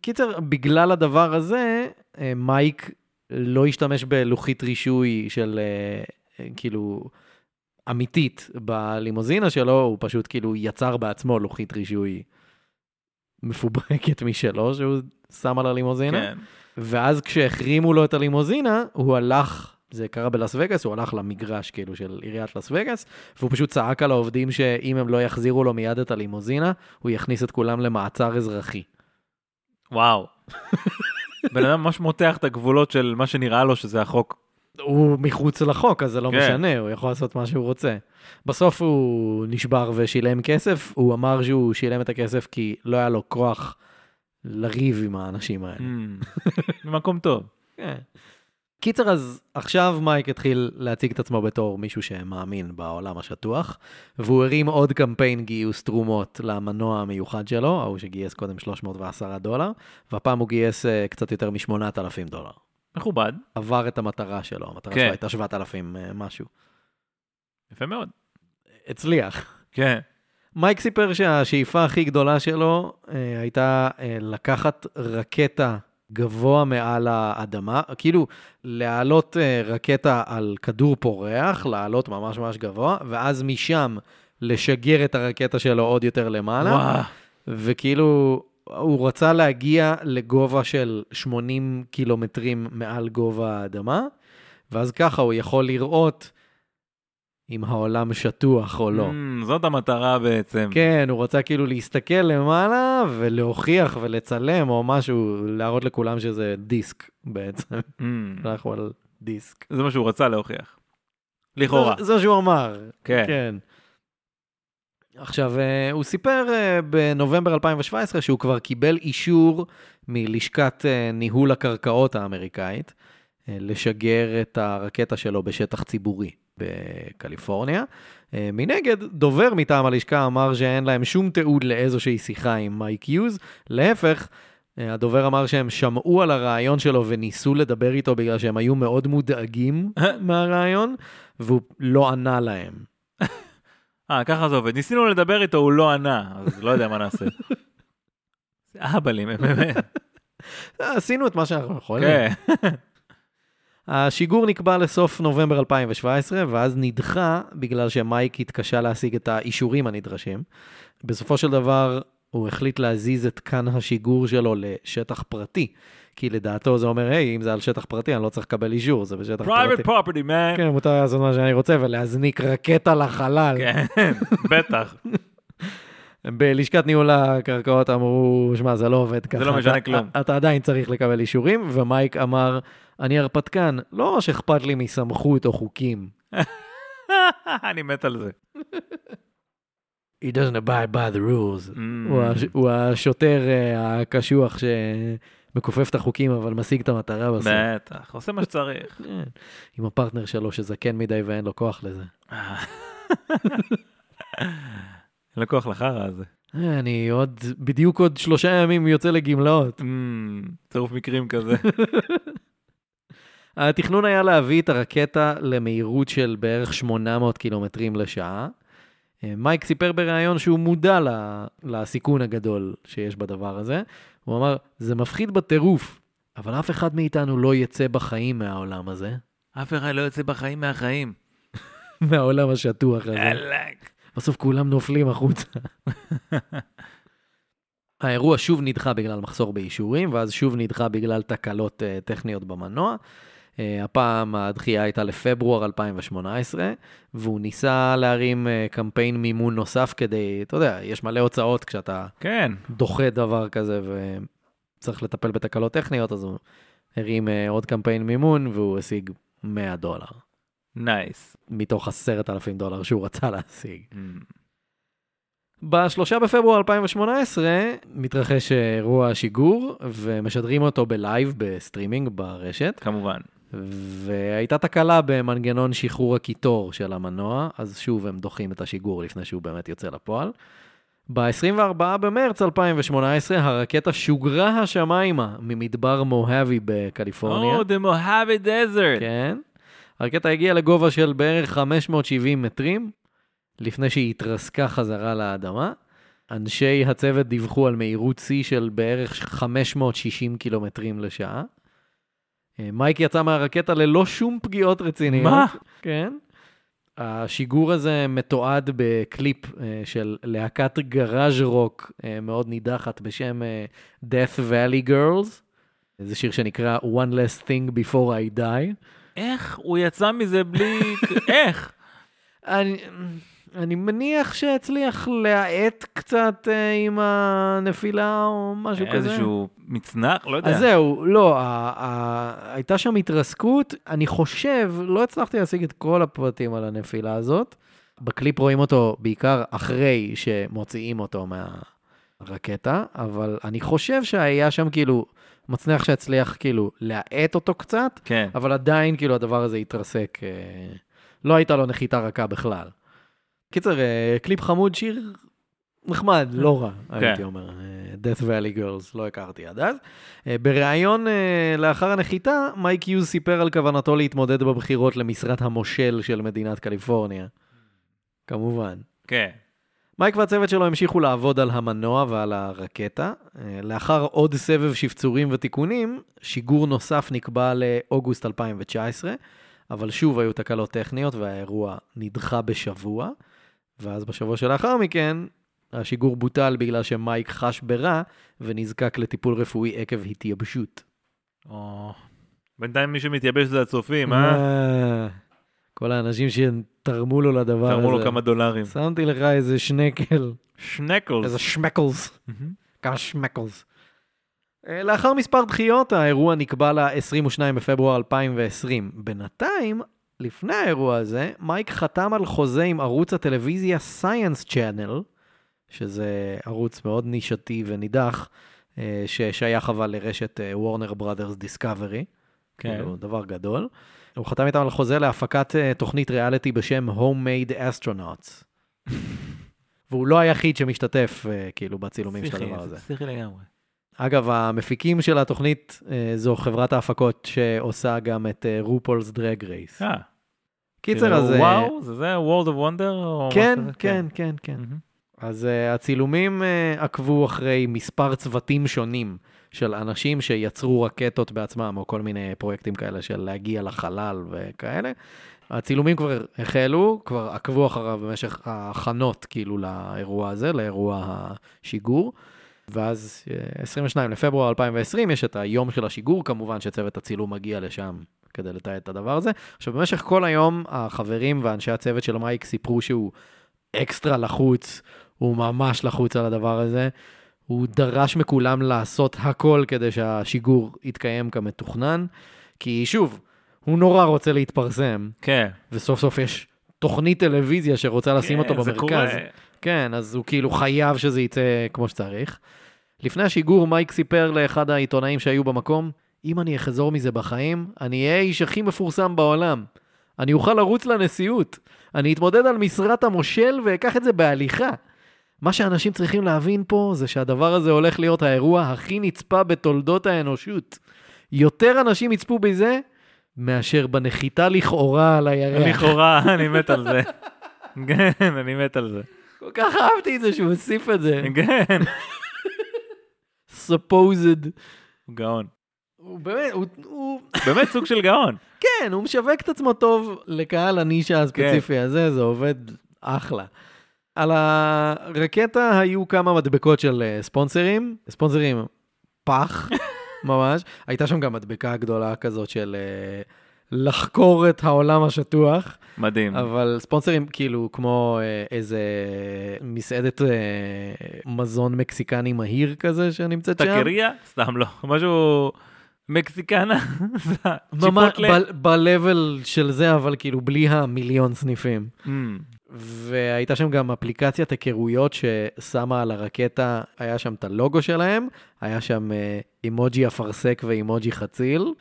Speaker 1: קיצר, בגלל הדבר הזה, אה, מייק לא השתמש בלוחית רישוי של, אה, אה, כאילו, אמיתית בלימוזינה שלו, הוא פשוט כאילו יצר בעצמו לוחית רישוי מפוברקת משלו, שהוא שם על הלימוזינה.
Speaker 2: כן.
Speaker 1: ואז כשהחרימו לו את הלימוזינה, הוא הלך, זה קרה בלאס וגאס, הוא הלך למגרש כאילו של עיריית לאס וגאס, והוא פשוט צעק על העובדים שאם הם לא יחזירו לו מיד את הלימוזינה, הוא יכניס את כולם למעצר אזרחי.
Speaker 2: וואו. בן אדם ממש מותח את הגבולות של מה שנראה לו שזה החוק.
Speaker 1: הוא מחוץ לחוק, אז זה לא
Speaker 2: כן.
Speaker 1: משנה, הוא יכול לעשות מה שהוא רוצה. בסוף הוא נשבר ושילם כסף, הוא אמר שהוא שילם את הכסף כי לא היה לו
Speaker 2: כן.
Speaker 1: כוח לריב עם האנשים האלה.
Speaker 2: Mm. במקום Hmm. טוב.
Speaker 1: כן. קיצר, אז עכשיו מייק התחיל להציג את עצמו בתור מישהו שמאמין בעולם השטוח, והוא הרים עוד קמפיין גיוס תרומות למנוע המיוחד שלו, ההוא שגייס קודם 310 דולר, והפעם הוא גייס אה, קצת יותר מ-8,000 דולר.
Speaker 2: מכובד,
Speaker 1: עבר את המטרה שלו, המטרה
Speaker 2: כן.
Speaker 1: שלו הייתה 7,000 אה, משהו.
Speaker 2: יפה מאוד.
Speaker 1: הצליח.
Speaker 2: כן,
Speaker 1: מייק סיפר שהשאיפה הכי גדולה שלו אה, הייתה אה, לקחת רקטה גבוה מעל האדמה, כאילו להעלות אה, רקטה על כדור פורח, לעלות ממש ממש גבוה, ואז משם לשגר את הרקטה שלו עוד יותר למעלה, וואו.
Speaker 2: וואו,
Speaker 1: וכאילו הוא רצה להגיע לגובה של 80 קילומטרים מעל גובה האדמה, ואז ככה הוא יכול לראות אם העולם שטוח או לא.
Speaker 2: Mm, זאת המטרה בעצם.
Speaker 1: כן, הוא רצה כאילו להסתכל למעלה ולהוכיח ולצלם או משהו, להראות לכולם שזה דיסק בעצם,
Speaker 2: Mm,
Speaker 1: אנחנו על דיסק.
Speaker 2: זה מה שהוא רצה להוכיח. לכאורה,
Speaker 1: זה, זה מה שהוא אמר,
Speaker 2: כן.
Speaker 1: כן. עכשיו, אה, הוא סיפר אה, בנובמבר 2017 שהוא כבר קיבל אישור מלשכת אה, ניהול הקרקעות האמריקאית אה, לשגר את הרקטה שלו בשטח ציבורי בקליפורניה. אה, מנגד, דובר מטעם הלשכה אמר שאין להם שום תיעוד לאיזושהי שיחה עם מייק יוז, להפך, אה, הדובר אמר שהם שמעו על הרעיון שלו וניסו לדבר איתו בגלל שהם היו מאוד מודאגים מהרעיון, והוא לא ענה להם.
Speaker 2: אה, ככה זה עובד. ניסינו לדבר איתו, הוא לא ענה, אז לא יודע מה נעשה. זה אהבלים, הם באמת.
Speaker 1: אה, עשינו את מה שאנחנו יכולים.
Speaker 2: כן.
Speaker 1: השיגור נקבע לסוף נובמבר 2017, ואז נדחה בגלל שמייק התקשה להשיג את האישורים הנדרשים. בסופו של דבר, הוא החליט להזיז את כאן השיגור שלו לשטח פרטי, כי לדעתו זה אומר, היי, אם זה על שטח פרטי, אני לא צריך לקבל אישור, זה בשטח פרטי.
Speaker 2: private property, man.
Speaker 1: כן, מותר לעשות מה שאני רוצה ולהזניק רקטה לחלל.
Speaker 2: כן, בטח.
Speaker 1: בלשכת ניהול הקרקעות אמרו, שמע, זה לא עובד ככה.
Speaker 2: לא משנה
Speaker 1: אתה-
Speaker 2: כלום."
Speaker 1: אתה עדיין צריך לקבל אישורים, ומייק אמר, אני הרפתקן, לא ממש אכפת לי מסמכות או חוקים.
Speaker 2: אני מת על זה.
Speaker 1: He doesn't abide by the rules.
Speaker 2: Mm.
Speaker 1: הוא הש- הוא השוטר אה, הקשוח שמכופף את החוקים, אבל משיג את המטרה בסוף.
Speaker 2: בטח, עושה מה שצריך.
Speaker 1: כן. עם הפרטנר שלו שזקן מדי ואין לו כוח לזה.
Speaker 2: אין לו כוח לחרא הזה.
Speaker 1: אה, אני עוד, בדיוק עוד שלושה ימים יוצא לגמלאות.
Speaker 2: Mm, צירוף מקרים כזה.
Speaker 1: התכנון היה להביא את הרקטה למהירות של בערך 800 קילומטרים לשעה. אה, מייק סיפר בריאיון שהוא מודע ל- לסיכון הגדול שיש בדבר הזה. הוא אמר, זה מפחיד בטירוף, אבל אף אחד מאיתנו לא יצא בחיים מהעולם הזה,
Speaker 2: אף אחד לא יוצא בחיים מהחיים.
Speaker 1: מהעולם השטוח
Speaker 2: אה,
Speaker 1: הזה.
Speaker 2: אלק.
Speaker 1: בסוף כולם נופלים החוצה. האירוע שוב נדחה בגלל מחסור באישורים, ואז שוב נדחה בגלל תקלות אה, טכניות במנוע. אה, הפעם הדחייה הייתה לפברואר 2018, והוא ניסה להרים אה, קמפיין מימון נוסף כדי, אתה יודע, יש מלא הוצאות כשאתה
Speaker 2: כן,
Speaker 1: דוחה דבר כזה וצריך לטפל בתקלות טכניות, אז הוא הרים אה, עוד קמפיין מימון והוא השיג 100 דולר,
Speaker 2: נייס.
Speaker 1: מתוך 10,000 דולר שהוא רצה להשיג.
Speaker 2: Mm.
Speaker 1: בשלושה בפברואר 2018 מתרחש אירוע השיגור, ומשדרים אותו בלייב, בסטרימינג, ברשת,
Speaker 2: כמובן.
Speaker 1: והייתה תקלה במנגנון שחרור הקיטור של המנוע, אז שוב הם דוחים את השיגור לפני שהוא באמת יוצא לפועל. ב-24 במרץ 2018 הרקטה שוגרה השמיימה ממדבר מוהבי בקליפורניה.
Speaker 2: או, Oh, the Mojave Desert.
Speaker 1: כן. הרקטה הגיעה לגובה של בערך 570 מטרים, לפני שהיא התרסקה חזרה לאדמה. אנשי הצוות דיווחו על מהירות שיא של בערך 560 קילומטרים לשעה. אה, מייק יצא מהרקטה ללא שום פגיעות רציניות.
Speaker 2: מה?
Speaker 1: כן. השיגור הזה מתועד בקליפ אה, של להקת גראז' רוק אה, מאוד נידחת בשם אה, Death Valley Girls. זה שיר שנקרא One Less Thing Before I Die.
Speaker 2: איך הוא יצא מזה בלי... איך?
Speaker 1: אני, אני מניח שאצליח להאט קצת אה, עם הנפילה או משהו כזה.
Speaker 2: איזשהו מצנח? לא יודע.
Speaker 1: אז זהו, לא, ה- ה- הייתה שם התרסקות. אני חושב, לא הצלחתי להשיג את כל הפרטים על הנפילה הזאת. בקליפ רואים אותו בעיקר אחרי שמוציאים אותו מהרקטה, אבל אני חושב שהיה שם כאילו מצליח שיצליח כאילו להאט אותו קצת,
Speaker 2: כן.
Speaker 1: אבל עדיין כאילו הדבר הזה התרסק, אה, לא הייתה לו נחיתה רכה בכלל. קיצר, אה, קליפ חמוד, שיר נחמד, לא רע, הייתי אומר. אה, Death Valley Girls, לא הכרתי עד אז. אה, בריאיון אה, לאחר הנחיתה, מייק יוז סיפר על כוונתו להתמודד בבחירות למשרת המושל של מדינת קליפורניה. כמובן.
Speaker 2: כן.
Speaker 1: מייק והצוות שלו המשיכו לעבוד על המנוע ועל הרקטה. אה, לאחר עוד סבב שפצורים ותיקונים, שיגור נוסף נקבע לאוגוסט 2019, אבל שוב היו תקלות טכניות והאירוע נדחה בשבוע, ואז בשבוע שלאחר מכן, השיגור בוטל בגלל שמייק חש ברע ונזקק לטיפול רפואי עקב התייבשות.
Speaker 2: או... בינתיים מי שמתייבש זה הצופים, אה?
Speaker 1: כל האנשים שתרמו לו לדבר הזה.
Speaker 2: תרמו לו כמה דולרים.
Speaker 1: שמתי לך איזה שנקל, איזה
Speaker 2: שנקלס.
Speaker 1: שמקלס.
Speaker 2: מהמם.
Speaker 1: כמה שמקלס. אה, לאחר מספר דחיות, האירוע נקבע ל-22 בפברואר 2020. בינתיים, לפני האירוע הזה, מייק חתם על חוזה עם ערוץ הטלוויזיה Science Channel, שזה ערוץ מאוד נישתי ונידח, אה, ששייך אבל לרשת אה, וורנר בראדרס דיסקאברי.
Speaker 2: כן.
Speaker 1: כאילו, דבר גדול. הוא חתם איתם על חוזה להפקת אה, תוכנית ריאליטי בשם Homemade Astronauts. והוא לא היחיד שמשתתף, אה, כאילו, בצילומים של
Speaker 2: פסיכי,
Speaker 1: הדבר הזה.
Speaker 2: פסיכי לגמרי.
Speaker 1: אגב, המפיקים של התוכנית אה, זו חברת ההפקות שעושה גם את אה, רופולס דרג רייס.
Speaker 2: אה,
Speaker 1: קיצר,
Speaker 2: כאילו,
Speaker 1: אז... אה,
Speaker 2: וואו, זה זה World of Wonder? או משהו
Speaker 1: כן,
Speaker 2: כזה?
Speaker 1: כן, כן, כן.
Speaker 2: מהמם.
Speaker 1: אז אה, הצילומים אה, עקבו אחרי מספר צוותים שונים של אנשים שיצרו רקטות בעצמם, או כל מיני פרויקטים כאלה של להגיע לחלל וכאלה. הצילומים כבר החלו, כבר עקבו אחריו במשך ההכנות כאילו לאירוע הזה, לאירוע השיגור. ואז אה, 22 לפברואר 2020, יש את היום של השיגור, כמובן שצוות הצילום מגיע לשם כדי לתעד את הדבר הזה. עכשיו, במשך כל היום, החברים ואנשי הצוות של מייק סיפרו שהוא אקסטרה לחוץ, הוא ממש לחוץ על הדבר הזה. הוא דרש מכולם לעשות הכל כדי שהשיגור יתקיים כמתוכנן, כי שוב, הוא נורא רוצה להתפרסם,
Speaker 2: כן.
Speaker 1: וסוף סוף יש תוכנית טלוויזיה שרוצה לשים
Speaker 2: כן,
Speaker 1: אותו
Speaker 2: זה
Speaker 1: במרכז.
Speaker 2: קורה.
Speaker 1: כן, אז הוא כאילו חייב שזה יצא כמו שצריך. לפני השיגור, מייק סיפר לאחד העיתונאים שהיו במקום, אם אני אחזור מזה בחיים, אני אהיה האיש הכי מפורסם בעולם. אני אוכל לרוץ לנשיאות. אני אתמודד על משרת המושל ואקח את זה בהליכה. מה שאנשים צריכים להבין פה זה שהדבר הזה הולך להיות האירוע הכי נצפה בתולדות האנושות. יותר אנשים יצפו בזה מאשר בנחיתה לכאורה על הירח.
Speaker 2: לכאורה, אני מת על זה. כן, אני מת על זה.
Speaker 1: כל כך אהבתי את זה שהוא הוסיף את זה.
Speaker 2: כן.
Speaker 1: supposed.
Speaker 2: הוא גאון.
Speaker 1: הוא באמת, הוא, הוא,
Speaker 2: באמת סוג של גאון.
Speaker 1: כן, הוא משווק את עצמו טוב לקהל הנישה הספציפי כן. הזה, זה עובד אחלה. על הרקטה היו כמה מדבקות של אה, ספונסרים, ספונסרים פח, ממש. הייתה שם גם מדבקה גדולה כזאת של אה, לחקור את העולם השטוח.
Speaker 2: מדהים.
Speaker 1: אבל ספונסרים כאילו כמו אה, איזה מסעדת אה, מזון מקסיקני מהיר כזה שנמצאת שם.
Speaker 2: טקריה? סתם לא. משהו מקסיקנה.
Speaker 1: ממש
Speaker 2: צ'יפוטלה?
Speaker 1: ב- ב-level של זה, אבל כאילו בלי המיליון סניפים.
Speaker 2: אמ,
Speaker 1: והייתה שם גם אפליקציית היכרויות ששמה על הרקטה, היה שם את הלוגו שלהם, היה שם אה, אימוג'י אפרסק ואימוג'י חציל,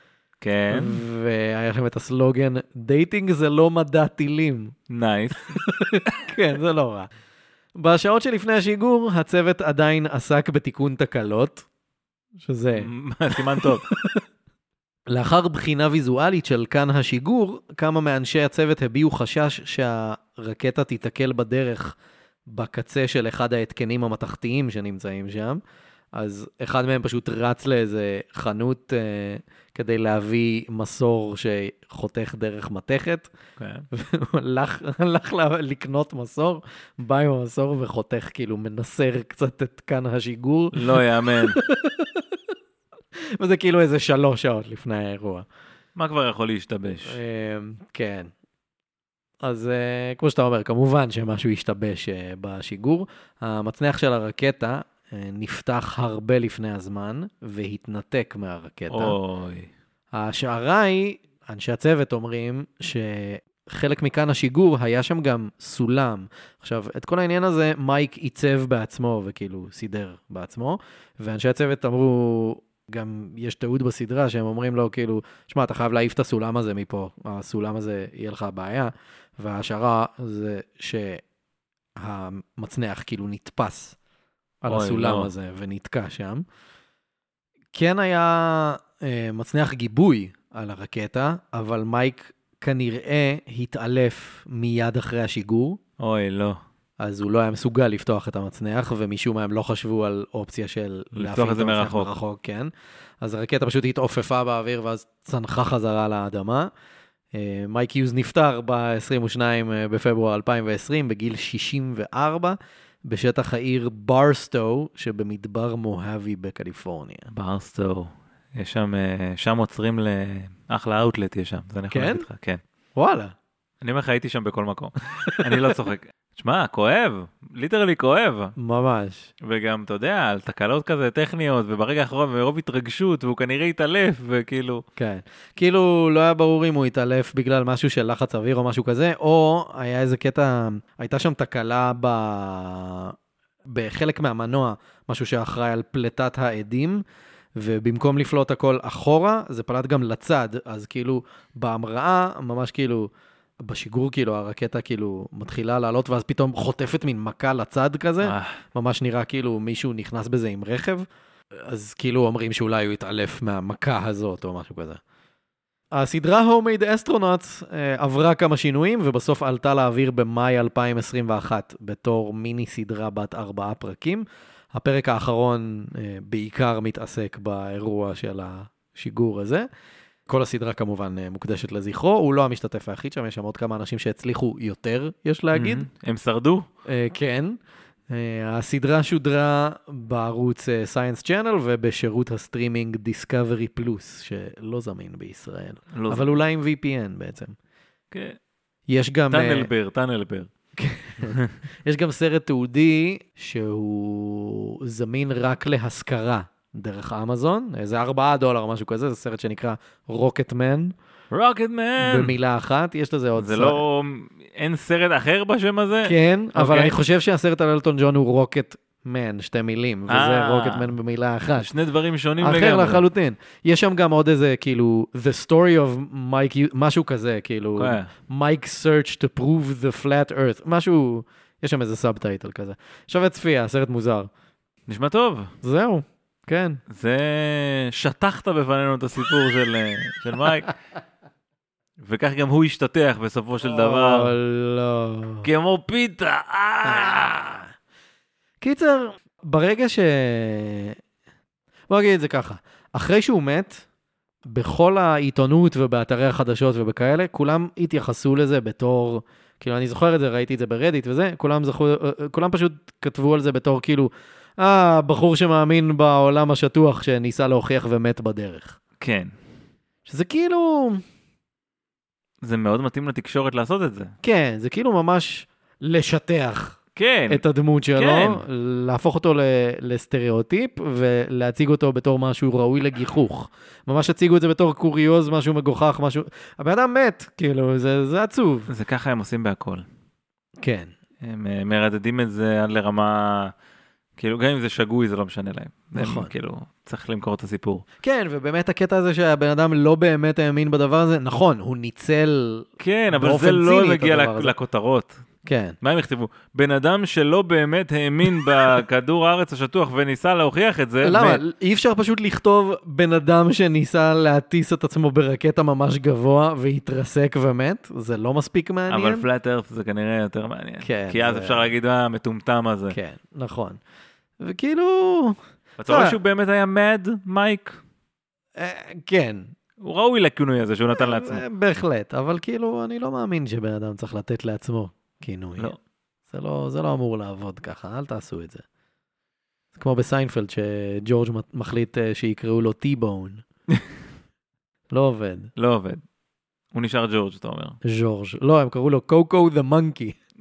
Speaker 2: כן,
Speaker 1: והיה שם את הסלוגן, דייטינג זה לא מדע טילים.
Speaker 2: נייס.
Speaker 1: כן, זה לא רע. בשעות שלפני השיגור, הצוות עדיין עסק בתיקון תקלות, שזה...
Speaker 2: סימן טוב.
Speaker 1: לאחר בחינה ויזואלית של כאן השיגור, כמה מאנשי הצוות הביעו חשש שהרקטה תיתקל בדרך בקצה של אחד ההתקנים המתכתיים שנמצאים שם. אז אחד מהם פשוט רץ לאיזה חנות אה, כדי להביא מסור שחותך דרך מתכת.
Speaker 2: כן.
Speaker 1: והוא הלך, הלך ל- לקנות מסור, בא עם המסור וחותך, כאילו מנסר קצת את כאן השיגור,
Speaker 2: לא יאמן.
Speaker 1: וזה כאילו איזה שלוש שעות לפני האירוע.
Speaker 2: מה כבר יכול להשתבש?
Speaker 1: אמ, כן. אז אה, כמו שאתה אומר, כמובן שמשהו השתבש אה, בשיגור. המצנח של הרקטה אה, נפתח הרבה לפני הזמן והתנתק מהרקטה.
Speaker 2: אוי.
Speaker 1: ההשערה היא, אנשי הצוות אומרים, שחלק מכאן השיגור היה שם גם סולם. עכשיו, את כל העניין הזה מייק עיצב בעצמו וכאילו סידר בעצמו, ואנשי הצוות אמרו, גם יש תיעוד בסדרה שהם אומרים לו, כאילו, שמע, אתה חייב להעיף את הסולם הזה מפה, הסולם הזה, יהיה לך בעיה. וההשערה זה שהמצנח כאילו נתפס על
Speaker 2: אוי,
Speaker 1: הסולם
Speaker 2: לא.
Speaker 1: הזה ונתקע שם. כן היה אה, מצנח גיבוי על הרקטה, אבל מייק כנראה התעלף מיד אחרי השיגור.
Speaker 2: אוי, לא.
Speaker 1: אז הוא לא היה מסוגל לפתוח את המצנח, ומשום מה הם לא חשבו על אופציה של
Speaker 2: לפתוח
Speaker 1: להפעיל
Speaker 2: את זה
Speaker 1: המצנח
Speaker 2: מרחוק.
Speaker 1: מרחוק, כן. אז הרקטה פשוט התעופפה באוויר ואז צנחה חזרה לאדמה. אה, מייק יוז נפטר ב-22 בפברואר 2020, בגיל 64, בשטח העיר ברסטו, שבמדבר מוהבי בקליפורניה.
Speaker 2: ברסטור. יש שם, אה, שם עוצרים לאחלה אאוטלט יש שם, זה אני יכול
Speaker 1: כן?
Speaker 2: להגיד לך, כן.
Speaker 1: וואלה.
Speaker 2: אני אומר לך, הייתי שם בכל מקום. אני לא צוחק. שמע, כואב, ליטרלי כואב.
Speaker 1: ממש.
Speaker 2: וגם, אתה יודע, על תקלות כזה טכניות, וברגע האחרון, מרוב התרגשות, והוא כנראה התעלף, וכאילו...
Speaker 1: כן. כאילו, לא היה ברור אם הוא התעלף בגלל משהו של לחץ אוויר או משהו כזה, או היה איזה קטע, הייתה שם תקלה ב... בחלק מהמנוע, משהו שאחראי על פלטת העדים, ובמקום לפלוט הכל אחורה, זה פלט גם לצד, אז כאילו, בהמראה, ממש כאילו, בשיגור כאילו, הרקטה כאילו מתחילה לעלות, ואז פתאום חוטפת מין מכה לצד כזה.
Speaker 2: אה,
Speaker 1: ממש נראה כאילו מישהו נכנס בזה עם רכב, אז כאילו אומרים שאולי הוא התעלף מהמכה הזאת או משהו כזה. הסדרה הומייד אסטרונאוטס עברה כמה שינויים ובסוף עלתה לאוויר במאי 2021 בתור מיני סדרה בת ארבעה פרקים. הפרק האחרון אה, בעיקר מתעסק באירוע של השיגור הזה. כל הסדרה כמובן אה, מוקדשת לזכרו, הוא לא המשתתף היחיד שם, יש שם עוד כמה אנשים שהצליחו יותר, יש להגיד.
Speaker 2: Mhm. הם שרדו?
Speaker 1: אה, כן. אה, הסדרה שודרה בערוץ אה, Science Channel ובשירות הסטרימינג Discovery Plus, שלא זמין בישראל.
Speaker 2: לא.
Speaker 1: אבל אולי עם VPN בעצם.
Speaker 2: כן.
Speaker 1: יש גם, אה,
Speaker 2: טאנלבר, טאנלבר.
Speaker 1: יש גם סרט תיעודי שהוא זמין רק להשכרה דרך אמזון, איזה 4 דולר או משהו כזה, זה סרט שנקרא רוקטמן,
Speaker 2: רוקטמן!
Speaker 1: במילה אחת, יש לזה עוד
Speaker 2: כן. זה
Speaker 1: סרט.
Speaker 2: לא... אין סרט אחר בשם הזה?
Speaker 1: כן, אבל
Speaker 2: אוקיי.
Speaker 1: אני חושב שהסרט על אלטון ג'ון הוא רוקטמן, שתי מילים, וזה
Speaker 2: אה.
Speaker 1: רוקטמן במילה אחת.
Speaker 2: שני דברים שונים לגמרי.
Speaker 1: אחר לחלוטין. יש שם גם עוד איזה, כאילו, The Story of Mike, U- משהו כזה, כאילו,
Speaker 2: כן.
Speaker 1: Mike Search to prove the flat earth, משהו, יש שם איזה סאבטייטל כזה. שווה צפייה, סרט מוזר.
Speaker 2: נשמע טוב.
Speaker 1: זהו, כן.
Speaker 2: זה... שטחת בפנינו את הסיפור של, אה, של מייק. וכך גם הוא השתטח בסופו של
Speaker 1: או,
Speaker 2: דבר.
Speaker 1: לא.
Speaker 2: כמו פיתה. אה!
Speaker 1: קיצר, ברגע ש... בוא נגיד את זה ככה, אחרי שהוא מת, בכל העיתונות ובאתרי החדשות ובכאלה, כולם התייחסו לזה בתור, כאילו, אני זוכר את זה, ראיתי את זה ברדיט וזה, כולם זכו, אה, כולם פשוט כתבו על זה בתור כאילו, אה, בחור שמאמין בעולם השטוח שניסה להוכיח ומת בדרך.
Speaker 2: כן.
Speaker 1: שזה כאילו,
Speaker 2: זה מאוד מתאים לתקשורת לעשות את זה.
Speaker 1: כן, זה כאילו ממש לשטח
Speaker 2: כן.
Speaker 1: את הדמות שלו,
Speaker 2: כן.
Speaker 1: להפוך אותו ל- לסטריאוטיפ ולהציג אותו בתור משהו ראוי לגיחוך. ממש הציגו את זה בתור קוריוז, משהו מגוחך, משהו... הבן אדם מת, כאילו, זה, זה עצוב.
Speaker 2: זה ככה הם עושים בהכל.
Speaker 1: כן.
Speaker 2: הם אה, מרדדים את זה עד לרמה... כאילו, גם אם זה שגוי, זה לא משנה להם. הם,
Speaker 1: נכון.
Speaker 2: כאילו, צריך למכור את הסיפור.
Speaker 1: כן, ובאמת הקטע הזה שהבן אדם לא באמת האמין בדבר הזה, נכון, הוא ניצל...
Speaker 2: כן, אבל
Speaker 1: באופן
Speaker 2: זה לא
Speaker 1: ציני את
Speaker 2: מגיע
Speaker 1: הדבר
Speaker 2: לק-
Speaker 1: הזה.
Speaker 2: לכותרות.
Speaker 1: כן.
Speaker 2: מה הם יכתבו? בן אדם שלא באמת האמין בכדור הארץ השטוח וניסה להוכיח את זה,
Speaker 1: למה?
Speaker 2: מת.
Speaker 1: אי אפשר פשוט לכתוב בן אדם שניסה להטיס את עצמו ברקטה ממש גבוה והתרסק ומת? זה לא מספיק מעניין?
Speaker 2: אבל פלאט ארף זה כנראה יותר מעניין.
Speaker 1: כן,
Speaker 2: כי אז
Speaker 1: זה-
Speaker 2: אפשר להגיד, אה, המטומטם הזה.
Speaker 1: כן, נכון. וכאילו...
Speaker 2: אתה רואה
Speaker 1: אה.
Speaker 2: שהוא באמת היה מד, מייק?
Speaker 1: אה, כן,
Speaker 2: הוא ראוי לכינוי הזה שהוא נתן לעצמו.
Speaker 1: אה, בהחלט, אבל כאילו, אני לא מאמין שבן אדם צריך לתת לעצמו כינוי.
Speaker 2: לא.
Speaker 1: זה לא, זה לא אמור לעבוד ככה, אל תעשו את זה. זה כמו בסיינפלד, שג'ורג' מת- מחליט אה, שיקראו לו T-Bone. לא עובד,
Speaker 2: לא עובד. הוא נשאר ג'ורג', אתה אומר.
Speaker 1: ז'ורג'. לא, הם קראו לו קוקו the monkey.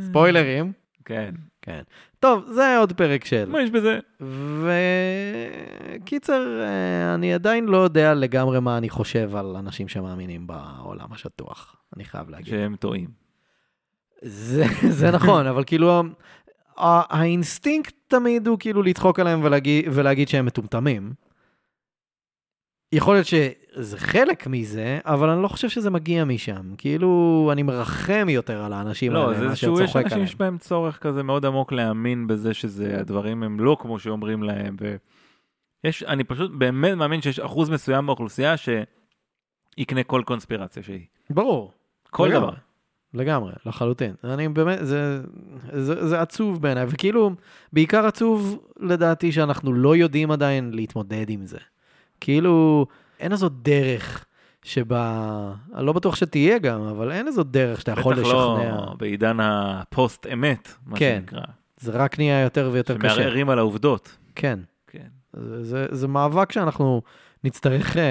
Speaker 1: ספוילרים.
Speaker 2: כן.
Speaker 1: כן. טוב, זה עוד פרק של...
Speaker 2: מה יש בזה?
Speaker 1: וקיצר, אה, אני עדיין לא יודע לגמרי מה אני חושב על אנשים שמאמינים בעולם השטוח, אני חייב להגיד.
Speaker 2: שהם טועים.
Speaker 1: זה, זה נכון, אבל כאילו, ה- האינסטינקט תמיד הוא כאילו לצחוק עליהם ולהגיד, ולהגיד שהם מטומטמים. יכול להיות שזה חלק מזה, אבל אני לא חושב שזה מגיע משם. כאילו, אני מרחם יותר על האנשים
Speaker 2: לא,
Speaker 1: האלה,
Speaker 2: זה
Speaker 1: מה שאתה
Speaker 2: שהוא, יש
Speaker 1: צוחק
Speaker 2: אנשים
Speaker 1: עליהם.
Speaker 2: שיש בהם צורך כזה מאוד עמוק להאמין בזה
Speaker 1: כן.
Speaker 2: שזה, הדברים הם לא כמו שאומרים להם, ויש, אני פשוט באמת מאמין שיש אחוז מסוים באוכלוסייה שיקנה כל קונספירציה שהיא.
Speaker 1: ברור.
Speaker 2: כל
Speaker 1: לגמרי.
Speaker 2: דבר.
Speaker 1: לגמרי, לחלוטין. אני באמת, זה, זה, זה עצוב בעיניי, וכאילו, בעיקר עצוב לדעתי שאנחנו לא יודעים עדיין להתמודד עם זה. כאילו, אין איזו דרך שבה, אני לא בטוח שתהיה גם, אבל אין איזו דרך שאתה יכול
Speaker 2: בטח
Speaker 1: לשכנע.
Speaker 2: לא בעידן הפוסט-אמת, מה
Speaker 1: כן,
Speaker 2: שנקרא.
Speaker 1: זה רק נהיה יותר ויותר קשה.
Speaker 2: שמערערים על העובדות.
Speaker 1: כן.
Speaker 2: כן.
Speaker 1: זה, זה, זה מאבק שאנחנו נצטרך, אה,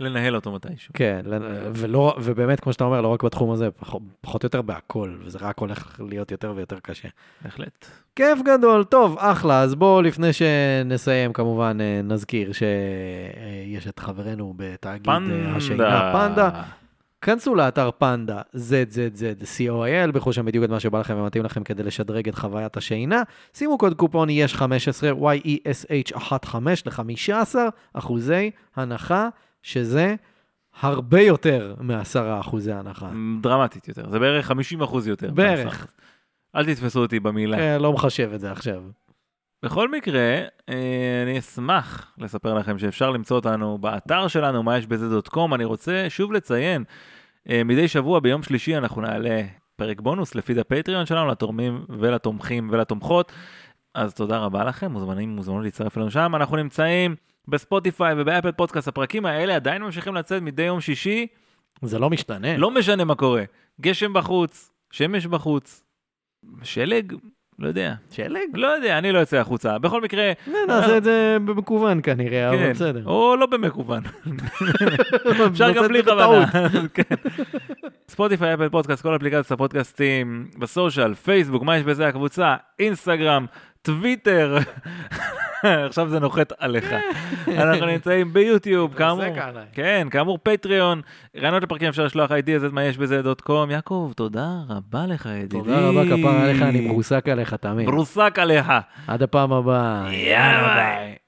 Speaker 2: לנהל אותו מתישהו.
Speaker 1: כן, ל- ולא, ובאמת, כמו שאתה אומר, לא רק בתחום הזה, פחות, פחות או יותר בהכל, וזה רק הולך להיות יותר ויותר קשה.
Speaker 2: בהחלט.
Speaker 1: כיף גדול, טוב, אחלה, אז בואו לפני שנסיים כמובן אה, נזכיר שיש את חברנו בתאגיד אה, השינה פנדה. כנסו לאתר פנדה, zzz.co.il, בחושם בדיוק את מה שבא לכם ומתאים לכם כדי לשדרג את חוויית השינה. שימו קוד קופון יש 15, YESH15 ל-15 אחוזי הנחה, שזה הרבה יותר מ-10 אחוזי הנחה.
Speaker 2: דרמטית יותר, זה בערך 50% יותר.
Speaker 1: בערך.
Speaker 2: אל תתפסו אותי במילה.
Speaker 1: אה, לא מחשב את זה עכשיו.
Speaker 2: בכל מקרה, אה, אני אשמח לספר לכם שאפשר למצוא אותנו באתר שלנו, מה יש בזה דוט קום. אני רוצה שוב לציין, אה, מדי שבוע ביום שלישי אנחנו נעלה פרק בונוס לפי הפטריון שלנו, לתורמים ולתומכים ולתומכות. אז תודה רבה לכם, מוזמנים מוזמנות להצטרף אלינו שם. אנחנו נמצאים בספוטיפיי ובאפל פודקאסט. הפרקים האלה עדיין ממשיכים לצאת מדי יום שישי,
Speaker 1: זה לא משתנה.
Speaker 2: לא משנה מה קורה. גשם בחוץ, שמש בחוץ, שלג, לא יודע.
Speaker 1: שלג?
Speaker 2: לא יודע, אני לא יוצא החוצה. בכל מקרה,
Speaker 1: כן, נעשה את זה במקוון כנראה, אבל
Speaker 2: כן,
Speaker 1: בסדר.
Speaker 2: או לא במקוון, אפשר גם בלי כוונה. כן. ספוטיפיי, אפל פודקאסט, כל אפליקציות הפודקאסטים, בסושיאל, פייסבוק, מה יש בזה הקבוצה, אינסטגרם, טוויטר, עכשיו זה נוחת עליך. אנחנו נמצאים ביוטיוב, כאמור. כן, כאמור פטריון, רעיונות לפרקים אפשר לשלוח איי-די, אז את מה יש בזה דוט קום. יעקב, תודה רבה לך, ידידי.
Speaker 1: תודה רבה, כפרה עליך, אני מרוסק עליך תמיד.
Speaker 2: מרוסק עליך.
Speaker 1: עד הפעם הבאה.
Speaker 2: יאללה ביי.